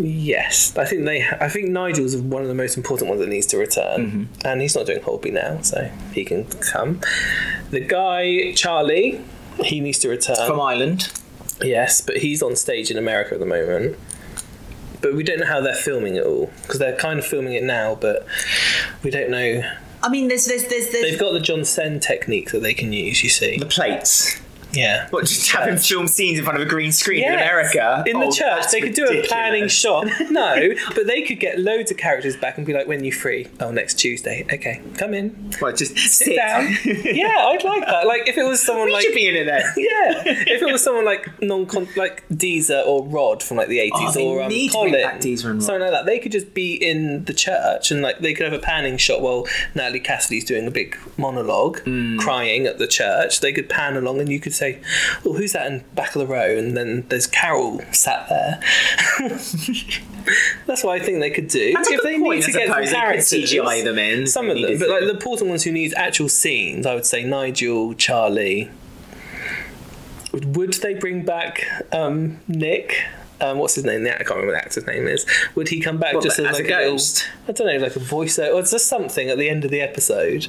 S2: Yes, I think they. I think Nigel's one of the most important ones that needs to return, and he's not doing Holby now, so he can come. The guy Charlie, he needs to return.
S1: From Ireland.
S2: yes, but he's on stage in America at the moment. But we don't know how they're filming it all because they're kind of filming it now, but we don't know.
S1: I mean, there's there's there's, there's
S2: They've got the John Sen technique that they can use. You see,
S1: the plates.
S2: yeah.
S1: What, just having film scenes in front of a green screen in
S2: Yes,
S1: America?
S2: In the
S1: Oh,
S2: church.
S1: that's
S2: They could do a
S1: ridiculous.
S2: planning shot. No, but they could get loads of characters back and be like, when you free? Oh, next Tuesday. Okay, come in.
S1: Well, just sit,
S2: Sit down. yeah, I'd like that. Like, if it was someone
S1: we
S2: like.
S1: should be in it then.
S2: Yeah, if it was someone like non con like Deezer or Rod from like the eighties
S1: Oh, they
S2: or um,
S1: need to bring
S2: Colin,
S1: back Deezer and Rod.
S2: something like that, they could just be in the church and like they could have a panning shot while Natalie Cassidy's doing a big monologue,
S1: Hmm.
S2: crying at the church. They could pan along and you could say, "Well, who's that in back of the row?" And then there's Carol sat there. That's what I think they could do
S1: That's a
S2: if
S1: good
S2: they
S1: point,
S2: need to
S1: I
S2: get some
S1: suppose. They could
S2: characters.
S1: CGI them in.
S2: Some of
S1: They
S2: them,
S1: needed
S2: but like
S1: to.
S2: the important ones who need actual scenes, I would say Nigel, Charlie. Would they bring back um, Nick? Um, what's his name? I can't remember what the actor's name is. Would he come back
S1: What,
S2: just as,
S1: as a
S2: like
S1: ghost?
S2: little, I don't know, like a voiceover or just something at the end of the episode?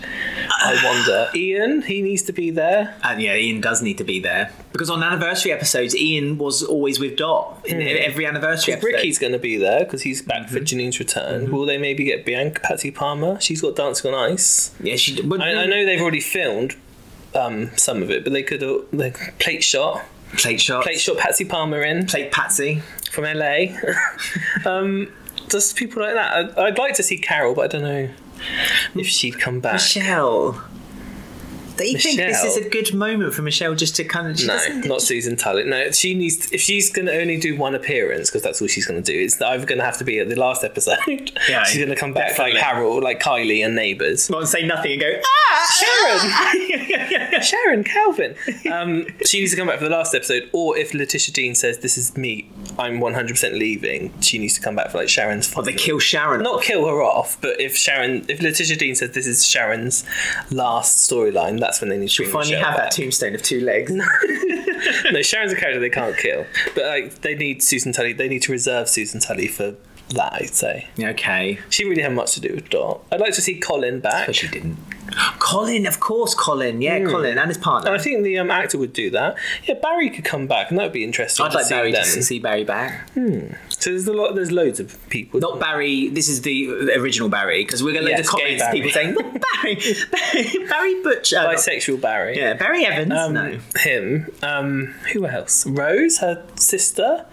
S2: I wonder. Ian, he needs to be there.
S1: And yeah, Ian does need to be there because on anniversary episodes, Ian was always with Dot in every anniversary episode.
S2: Ricky's going to be there because he's back
S1: Mm-hmm.
S2: for Janine's return. Will they maybe get Bianca Patty Palmer? She's got Dancing on Ice.
S1: yeah, she. But,
S2: I, I know they've already filmed um, some of it, but they could uh, like plate shot,
S1: plate shot,
S2: plate shot Patsy Palmer in
S1: plate Patsy.
S2: from LA. um, just people like that. I, I'd like to see Carol, but I don't know if she'd come back.
S1: Michelle. Do you think this
S2: Michelle.
S1: is a good moment for Michelle just to kind of? She
S2: No,
S1: doesn't-
S2: not Susan Tulloch. No, she needs. if she's going to only do one appearance, because that's all she's going to do, it's either going to have to be at the last episode.
S1: Yeah,
S2: she's going to come back
S1: definitely.
S2: like Harold, like Kylie and Neighbours.
S1: Not say nothing and go ah Sharon.
S2: Sharon Calvin. Um, she needs to come back for the last episode, or if Letitia Dean says this is me, I'm 100% leaving. She needs to come back for like Sharon's.
S1: Or they kill Sharon.
S2: Not kill her off, but if Sharon, if Letitia Dean says this is Sharon's last storyline, that's when they need to bring
S1: finally
S2: Michelle
S1: have that
S2: back.
S1: tombstone of two legs.
S2: No, Sharon's a character they can't kill, but like they need Susan Tully. They need to reserve Susan Tully for that. I'd say
S1: okay,
S2: she really had much to do with Dot. I'd like to see Colin back.
S1: but she didn't. Hmm. Colin, of course, Colin. Yeah, Colin and his partner.
S2: I think the um, actor would do that. Yeah, Barry could come back, and that would be interesting.
S1: I'd
S2: to
S1: like
S2: see
S1: Barry
S2: them.
S1: to see Barry back.
S2: So there's a lot. There's loads of people.
S1: Not Barry. This is the original Barry because we're going to
S2: Yes,
S1: load the
S2: gay
S1: comments.
S2: Barry.
S1: People saying "Not Barry, Barry, Barry Butcher,
S2: bisexual Barry.
S1: yeah, Barry Evans.
S2: Um,
S1: no,
S2: Him. Um, who else? Rose, her sister.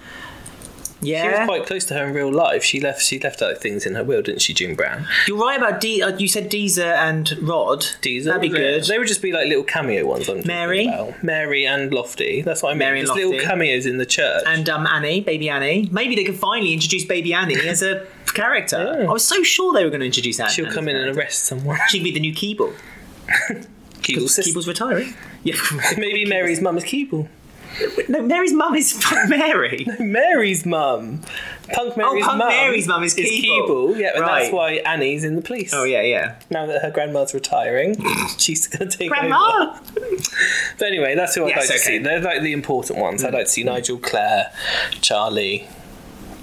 S2: She was
S1: yeah,
S2: quite close to her in real life. She left. She left out things in her will, didn't she, June Brown?
S1: you're right about D. Uh, you said Deezer and Rod.
S2: Deezer.
S1: that'd be
S2: Yeah.
S1: good.
S2: They would just be like little cameo ones. I'm thinking
S1: Mary?
S2: about. Mary and Lofty. That's what I mean.
S1: Mary and
S2: just little
S1: Lofty.
S2: cameos in the church.
S1: and um, Annie, Baby Annie. Maybe they could finally introduce Baby Annie as a character. I was so sure they were going to introduce Annie.
S2: she'll come in and arrest someone.
S1: She'd be the new Keeble.
S2: Keeble's sister.
S1: Keeble's retiring. Yeah.
S2: Maybe Mary's mum is Keeble.
S1: no, Mary's mum is Mary.
S2: Mary's mum. Punk Mary's
S1: Oh, Punk
S2: mum.
S1: Mary's mum is Keeble.
S2: Keeble. Yeah, and
S1: Right.
S2: that's why Annie's in the police.
S1: Oh yeah, yeah.
S2: Now that her grandma's retiring, she's going to take over.
S1: Grandma.
S2: But anyway, that's who I'd
S1: Yes,
S2: like to
S1: okay. Hmm.
S2: see. They're like the important ones. I'd like to see Nigel, Claire, Charlie,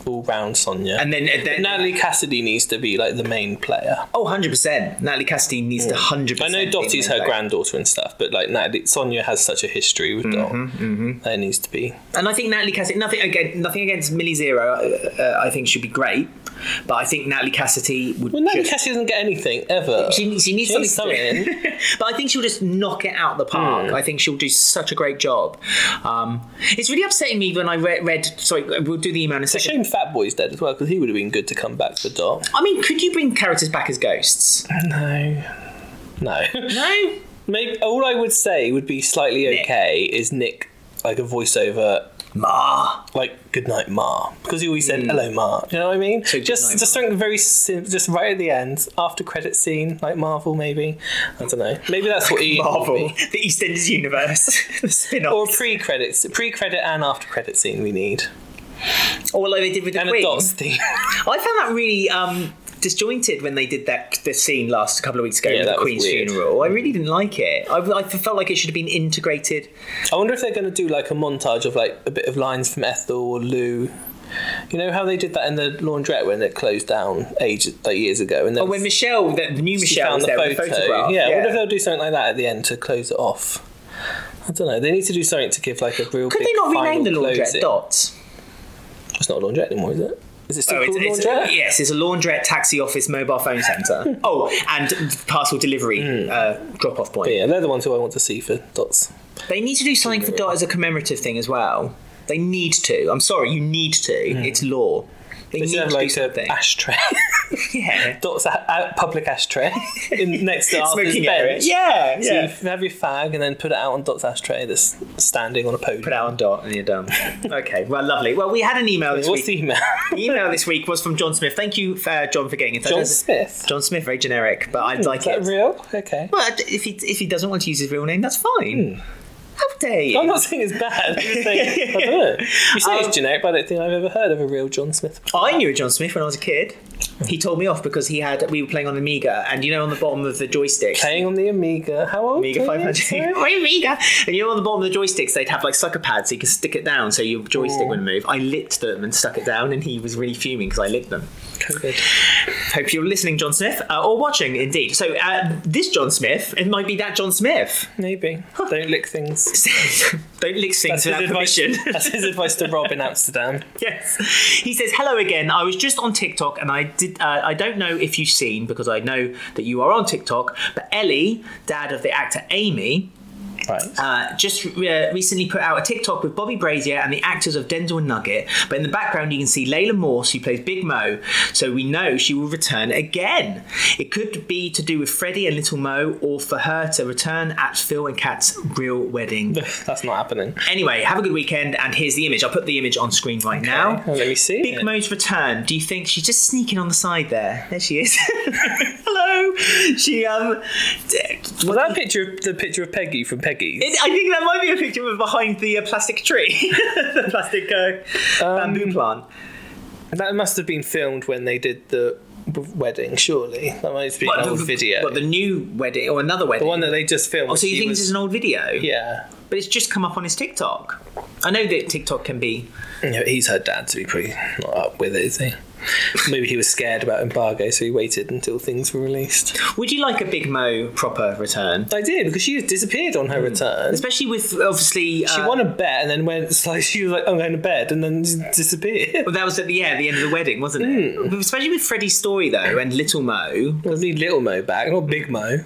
S2: all round Sonia.
S1: And then, and then
S2: Natalie Cassidy needs to be like the main player.
S1: Oh, 100%. Natalie Cassidy needs to 100%.
S2: I know Dottie's
S1: be in
S2: her
S1: there.
S2: granddaughter and stuff, but like Natalie, Sonia has such a history with
S1: Mm-hmm,
S2: Dot. There needs to be.
S1: And I think Natalie Cassidy, nothing again, nothing against Millie Zero, uh, uh, I think should be great. But I think Natalie Cassidy would
S2: Well, Natalie
S1: just-
S2: Cassidy doesn't get anything ever.
S1: she, she needs
S2: She needs
S1: something. Hmm. to do. but I think she'll just knock it out the park. I think she'll do such a great job. Um, it's really upsetting me when I read, read. Sorry, we'll do the email in a second.
S2: Shame Fat Boy's dead as well because he would have been good to come back for Dot.
S1: I mean, could you bring characters back as ghosts?
S2: No, no.
S1: No.
S2: Maybe all I would say would be slightly okay is Nick like a voiceover
S1: Ma.
S2: like good night ma because he always said hello ma you know what i mean just
S1: Mm. night,
S2: just something very sim- just right at the end after credit scene like marvel maybe i don't know maybe that's what he
S1: Marvel. The EastEnders universe. the spin off.
S2: or pre-credits pre-credit and after credit scene we need
S1: Or like they did with the
S2: and
S1: Queen.
S2: a dots theme
S1: I found that really um, disjointed when they did that the scene last couple of weeks ago
S2: Yeah,
S1: with the
S2: that was
S1: Queen's
S2: weird.
S1: funeral. I really didn't like it. I, I felt like it should have been integrated.
S2: i wonder if they're going to do like a montage of like a bit of lines from ethel or lou you know how they did that in the laundrette when it closed down ages like years ago and then
S1: Oh, when Michelle, the the new
S2: she
S1: Michelle,
S2: found
S1: was
S2: the
S1: there
S2: photo.
S1: with the photograph.
S2: yeah, I wonder if they'll do something like that at the end to close it off. I don't know. They need to do something to give like a real.
S1: Could
S2: big
S1: they not rename
S2: final
S1: the laundrette
S2: closing.
S1: Dots?
S2: It's not a laundrette anymore, is it? Is it still
S1: Oh,
S2: called
S1: it's, it's,
S2: laundrette?
S1: yes, it's a laundrette, taxi office, mobile phone centre. oh, and parcel delivery uh, drop off point.
S2: yeah. they're the ones who I want to see for dots.
S1: They need to do something for Dot as a commemorative thing as well. They need to. I'm sorry, you need to. It's law. Hmm. They
S2: They
S1: need
S2: should
S1: to
S2: have
S1: do
S2: like a
S1: something.
S2: ashtray.
S1: yeah.
S2: dots a, a public ashtray in, next to Arthur's
S1: Smoking area.
S2: bench.
S1: Yeah,
S2: So
S1: yeah.
S2: you have your fag and then put it out on Dot's ashtray that's standing on a podium.
S1: Put out on dot and you're done. okay, well, lovely. Well, we had an email this
S2: What's
S1: week.
S2: the email?
S1: The email this week was from John Smith. Thank you, uh, John, for getting in touch.
S2: John
S1: That's-
S2: Smith.
S1: John Smith, Hmm. very generic, but I'd like
S2: Is that
S1: it.
S2: real? Okay.
S1: but if he if he doesn't want to use his real name, that's fine. How dare you?
S2: Hmm. I'm not saying it's bad. I'm just saying, I don't know. You say
S1: Um,
S2: it's generic, but I don't think I've ever heard of a real John Smith.
S1: I knew a John Smith when I was a kid. He told me off because he had we were playing on Amiga, and you know on the bottom of the joysticks.
S2: Playing on the Amiga. How old?
S1: Amiga
S2: are you?
S1: 500.
S2: Sorry?
S1: Or Amiga. And you know, on the bottom of the joysticks, they'd have like sucker pads so you could stick it down so your joystick wouldn't move. I licked them and stuck it down, and he was really fuming because I licked them.
S2: COVID.
S1: Hope you're listening, John Smith, uh, or watching indeed. So, uh, this John Smith, it might be that John Smith.
S2: Maybe. Don't lick things.
S1: Don't lick things without
S2: advice.
S1: permission.
S2: That's his advice to Rob in Amsterdam.
S1: yes. He says, "Hello again. I was just on TikTok, and I did. Uh, I don't know if you've seen because I know that you are on TikTok. But Ellie, dad of the actor Amy,
S2: Right.
S1: uh, just uh, recently put out a TikTok with Bobby Brazier and the actors of Denzel and Nugget. But in the background, you can see Layla Morse, who plays Big Mo. So we know she will return again. It could be to do with Freddie and Little Mo, or for her to return at Phil and Kat's real wedding.
S2: That's not happening.
S1: anyway, have a good weekend. And here's the image. I'll put the image on screen right now.
S2: Well, let me see.
S1: Big
S2: it.
S1: Mo's return. Do you think she's just sneaking on the side there? There she is. Hello. She um. d-
S2: Was that a picture of the picture of Peggy from Peggy?
S1: It, I think that might be a picture of behind the uh, plastic tree, the plastic uh,
S2: Um,
S1: bamboo plant.
S2: That must have been filmed when they did the w- wedding, surely. That might have been an old
S1: the,
S2: video.
S1: What the new wedding or another wedding?
S2: the one that they just filmed.
S1: oh, so you
S2: she
S1: think
S2: was-
S1: this is an old video?
S2: Yeah.
S1: But it's just come up on his TikTok. I know that TikTok can be.
S2: Yeah, he's her dad, so he's probably not up with it, is he? Maybe he was scared about embargo, so he waited until things were released.
S1: Would you like a Big Mo proper return?
S2: I did because she disappeared on her return.
S1: Especially with obviously
S2: She
S1: uh,
S2: won a bet and then went. It's like she was like, "I'm going to bed," and then just disappeared.
S1: Well, that was at the yeah, the end of the wedding, wasn't it?
S2: Hmm.
S1: Especially with Freddie's story though, and Little Mo.
S2: We'll need Little Mo back, not Big Mo.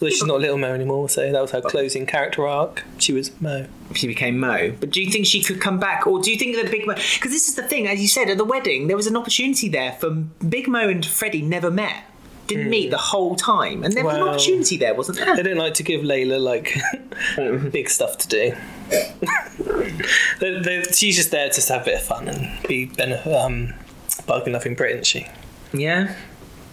S2: Well, she's not Little Mo anymore, so that was her closing character arc. She was Mo.
S1: She became Mo. But do you think she could come back, or do you think that Big Mo? Because this is the thing, as you said at the wedding, there was an opportunity there for Big Mo and Freddie never met, didn't meet the whole time, and there was an
S2: Well-
S1: opportunity there, wasn't
S2: They
S1: there?
S2: don't like to give Layla like big stuff to do. they, they, she's just there to have a bit of fun and be benef- um, bargain loving Brit, isn't she?
S1: Yeah.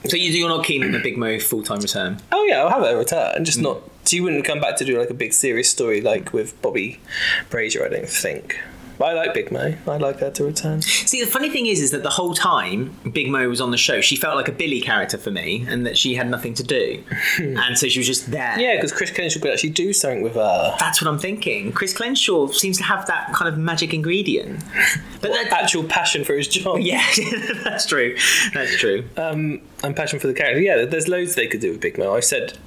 S1: So you, you're not keen on the Big Mo full time return?
S2: Oh yeah, I'll have her return.
S1: Mm.
S2: Just not. She wouldn't come back to do like a big serious story like with Bobby Brazier. I don't think. But I like Big Mo. I'd like her to return.
S1: See, the funny thing is, is that the whole time Big Mo was on the show, she felt like a Billy character for me, and that she had nothing to do, and so she was just there.
S2: Yeah, because Chris Kenshaw could actually do something with her.
S1: That's what I'm thinking. Chris Crenshaw seems to have that kind of magic ingredient. But that,
S2: Actual passion for his job.
S1: yeah, that's true. That's true.
S2: um, and passion for the character. Yeah, there's loads they could do with Big Mo. I've said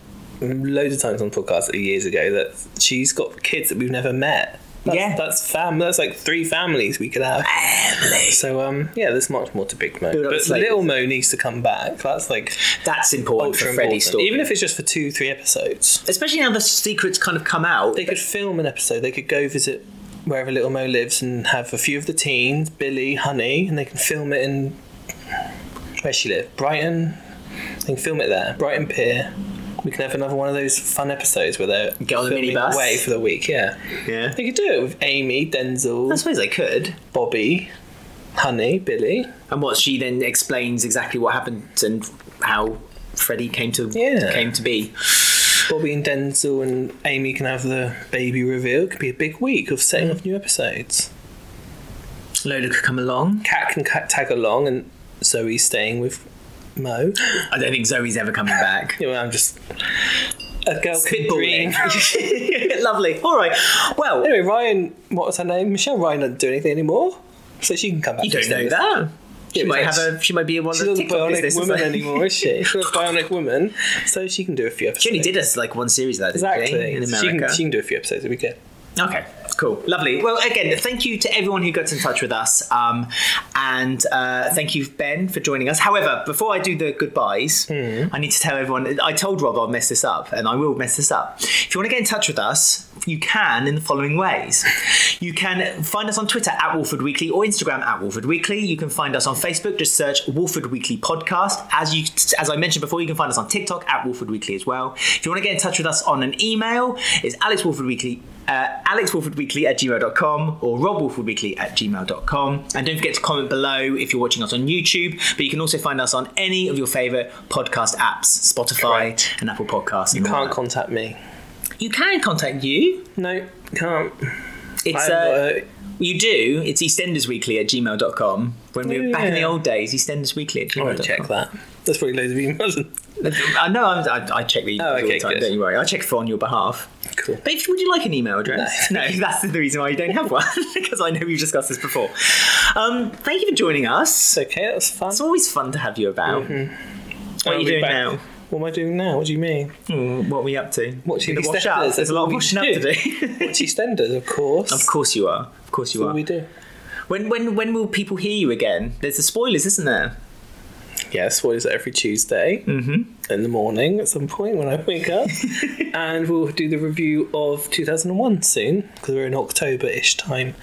S2: loads of times on podcasts years ago that she's got kids that we've never met. That's,
S1: Yeah.
S2: that's fam. That's like three families we could have. So um, yeah, there's much more to Big Mo,
S1: Build up
S2: but
S1: the slate.
S2: Little Mo needs to come back. That's like
S1: That's important
S2: ultra
S1: for Freddy's story.
S2: important. even if it's just for two, three episodes.
S1: Especially now the secrets kind of come out.
S2: They could film an episode. They could go visit wherever Little Mo lives and have a few of the teens, Billy, Honey, and they can film it in where she live, Brighton. They can film it there, Brighton Pier. We can have another one of those fun episodes where they're
S1: Get on the
S2: filming
S1: minibus.
S2: away for the week. Yeah,
S1: yeah.
S2: they could do it with Amy, Denzel,
S1: I suppose they could.
S2: Bobby, Honey, Billy.
S1: And what she then explains exactly what happened and how Freddy came to
S2: Yeah.
S1: came to be.
S2: Bobby and Denzel and Amy can have the baby reveal. It could be a big week of setting off new episodes.
S1: Lola could come along.
S2: Cat can ca- tag along, and Zoe's staying with Mo.
S1: I don't think Zoe's ever coming back.
S2: You know, I'm just a girl can dream.
S1: Spitballing. Lovely. All right. Well,
S2: anyway, Ryan, what was her name? Michelle Ryan doesn't do anything anymore, so she can come back.
S1: you
S2: to
S1: don't know
S2: Stevens.
S1: that. She
S2: Yeah,
S1: might have
S2: because
S1: a. She might be one of
S2: She's
S1: the
S2: not a
S1: TikTok
S2: bionic
S1: businesses.
S2: woman anymore, is she? She's not a bionic woman, so she can do a few episodes.
S1: She only did us like one series of that, didn't she,
S2: exactly.
S1: In
S2: So she,
S1: America.
S2: can, she can do a few episodes a weekend.
S1: Okay, cool, lovely. Well, again, thank you to everyone who got in touch with us, um, and uh, thank you, Ben, for joining us. However, before I do the goodbyes, I need to tell everyone. I told Rob I'll mess this up, and I will mess this up. If you want to get in touch with us, you can in the following ways. You can find us on Twitter at Wolford Weekly or Instagram at Wolford Weekly. You can find us on Facebook. Just search Wolford Weekly Podcast. As you, as I mentioned before, you can find us on TikTok at Wolford Weekly as well. If you want to get in touch with us on an email, it's Alex Wolford Weekly uh, alexwolfordweekly at gmail.com or robwolfordweekly at gmail.com. And don't forget to comment below if you're watching us on YouTube, but you can also find us on any of your favourite podcast apps, Spotify and Apple Podcasts. You
S2: Can't contact me.
S1: you can contact you.
S2: No, can't.
S1: It's
S2: I'm
S1: uh,
S2: not a-
S1: You do. It's eastendersweekly at gmail.com. When we were back in the
S2: Yeah.
S1: old days, eastendersweekly at
S2: I won't check
S1: gmail.com.
S2: that. There's probably loads of emails.
S1: I know I'm, I, I check the emails
S2: Oh,
S1: all
S2: okay,
S1: the time,
S2: good.
S1: don't you worry. I check for on your behalf.
S2: Cool.
S1: But if, would you like an email address? No, that's the reason why you don't have one, because I know we've discussed this before. Um, thank you for joining us.
S2: It's okay, that was fun.
S1: It's always fun to have you about. What are
S2: I'll
S1: you
S2: be
S1: doing
S2: Mm-hmm. back.
S1: now?
S2: What am I doing now? What do you mean?
S1: Mm, What are we up to?
S2: Watching
S1: the
S2: these
S1: wash up.
S2: Steppers,
S1: There's a lot of
S2: that's
S1: washing
S2: what
S1: up
S2: we
S1: to
S2: Watch
S1: do.
S2: EastEnders, of course.
S1: of course you are. Of course you
S2: What
S1: are.
S2: we do.
S1: When when when will people hear you again? There's the spoilers, isn't there?
S2: Yes, what is it, every Tuesday in the morning at some point when I wake up. and we'll do the review of 2001 soon because we're in October ish time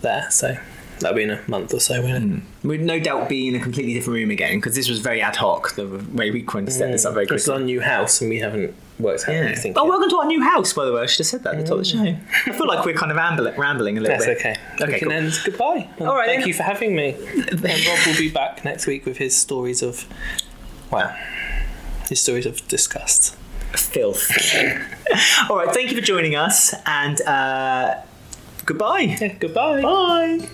S2: there. So that'll be in a month or so, won't it?
S1: We'd no doubt be in a completely different room again because this was very ad hoc. The way we wanted to set this up very
S2: It's
S1: quickly.
S2: our new house and we haven't worked out
S1: Yeah.
S2: anything.
S1: Oh,
S2: yet.
S1: welcome to our new house, by the way. I should have said that at the top of the show. I feel like we're kind of ambling, rambling a little
S2: That's
S1: bit.
S2: okay.
S1: Okay,
S2: we can
S1: cool.
S2: end. Goodbye. And
S1: All right,
S2: Thank
S1: then.
S2: you for having me. and Rob will be back next week with his stories of, well, his stories of disgust.
S1: Filth. All right. Thank you for joining us, and uh, goodbye.
S2: Yeah, goodbye.
S1: Bye.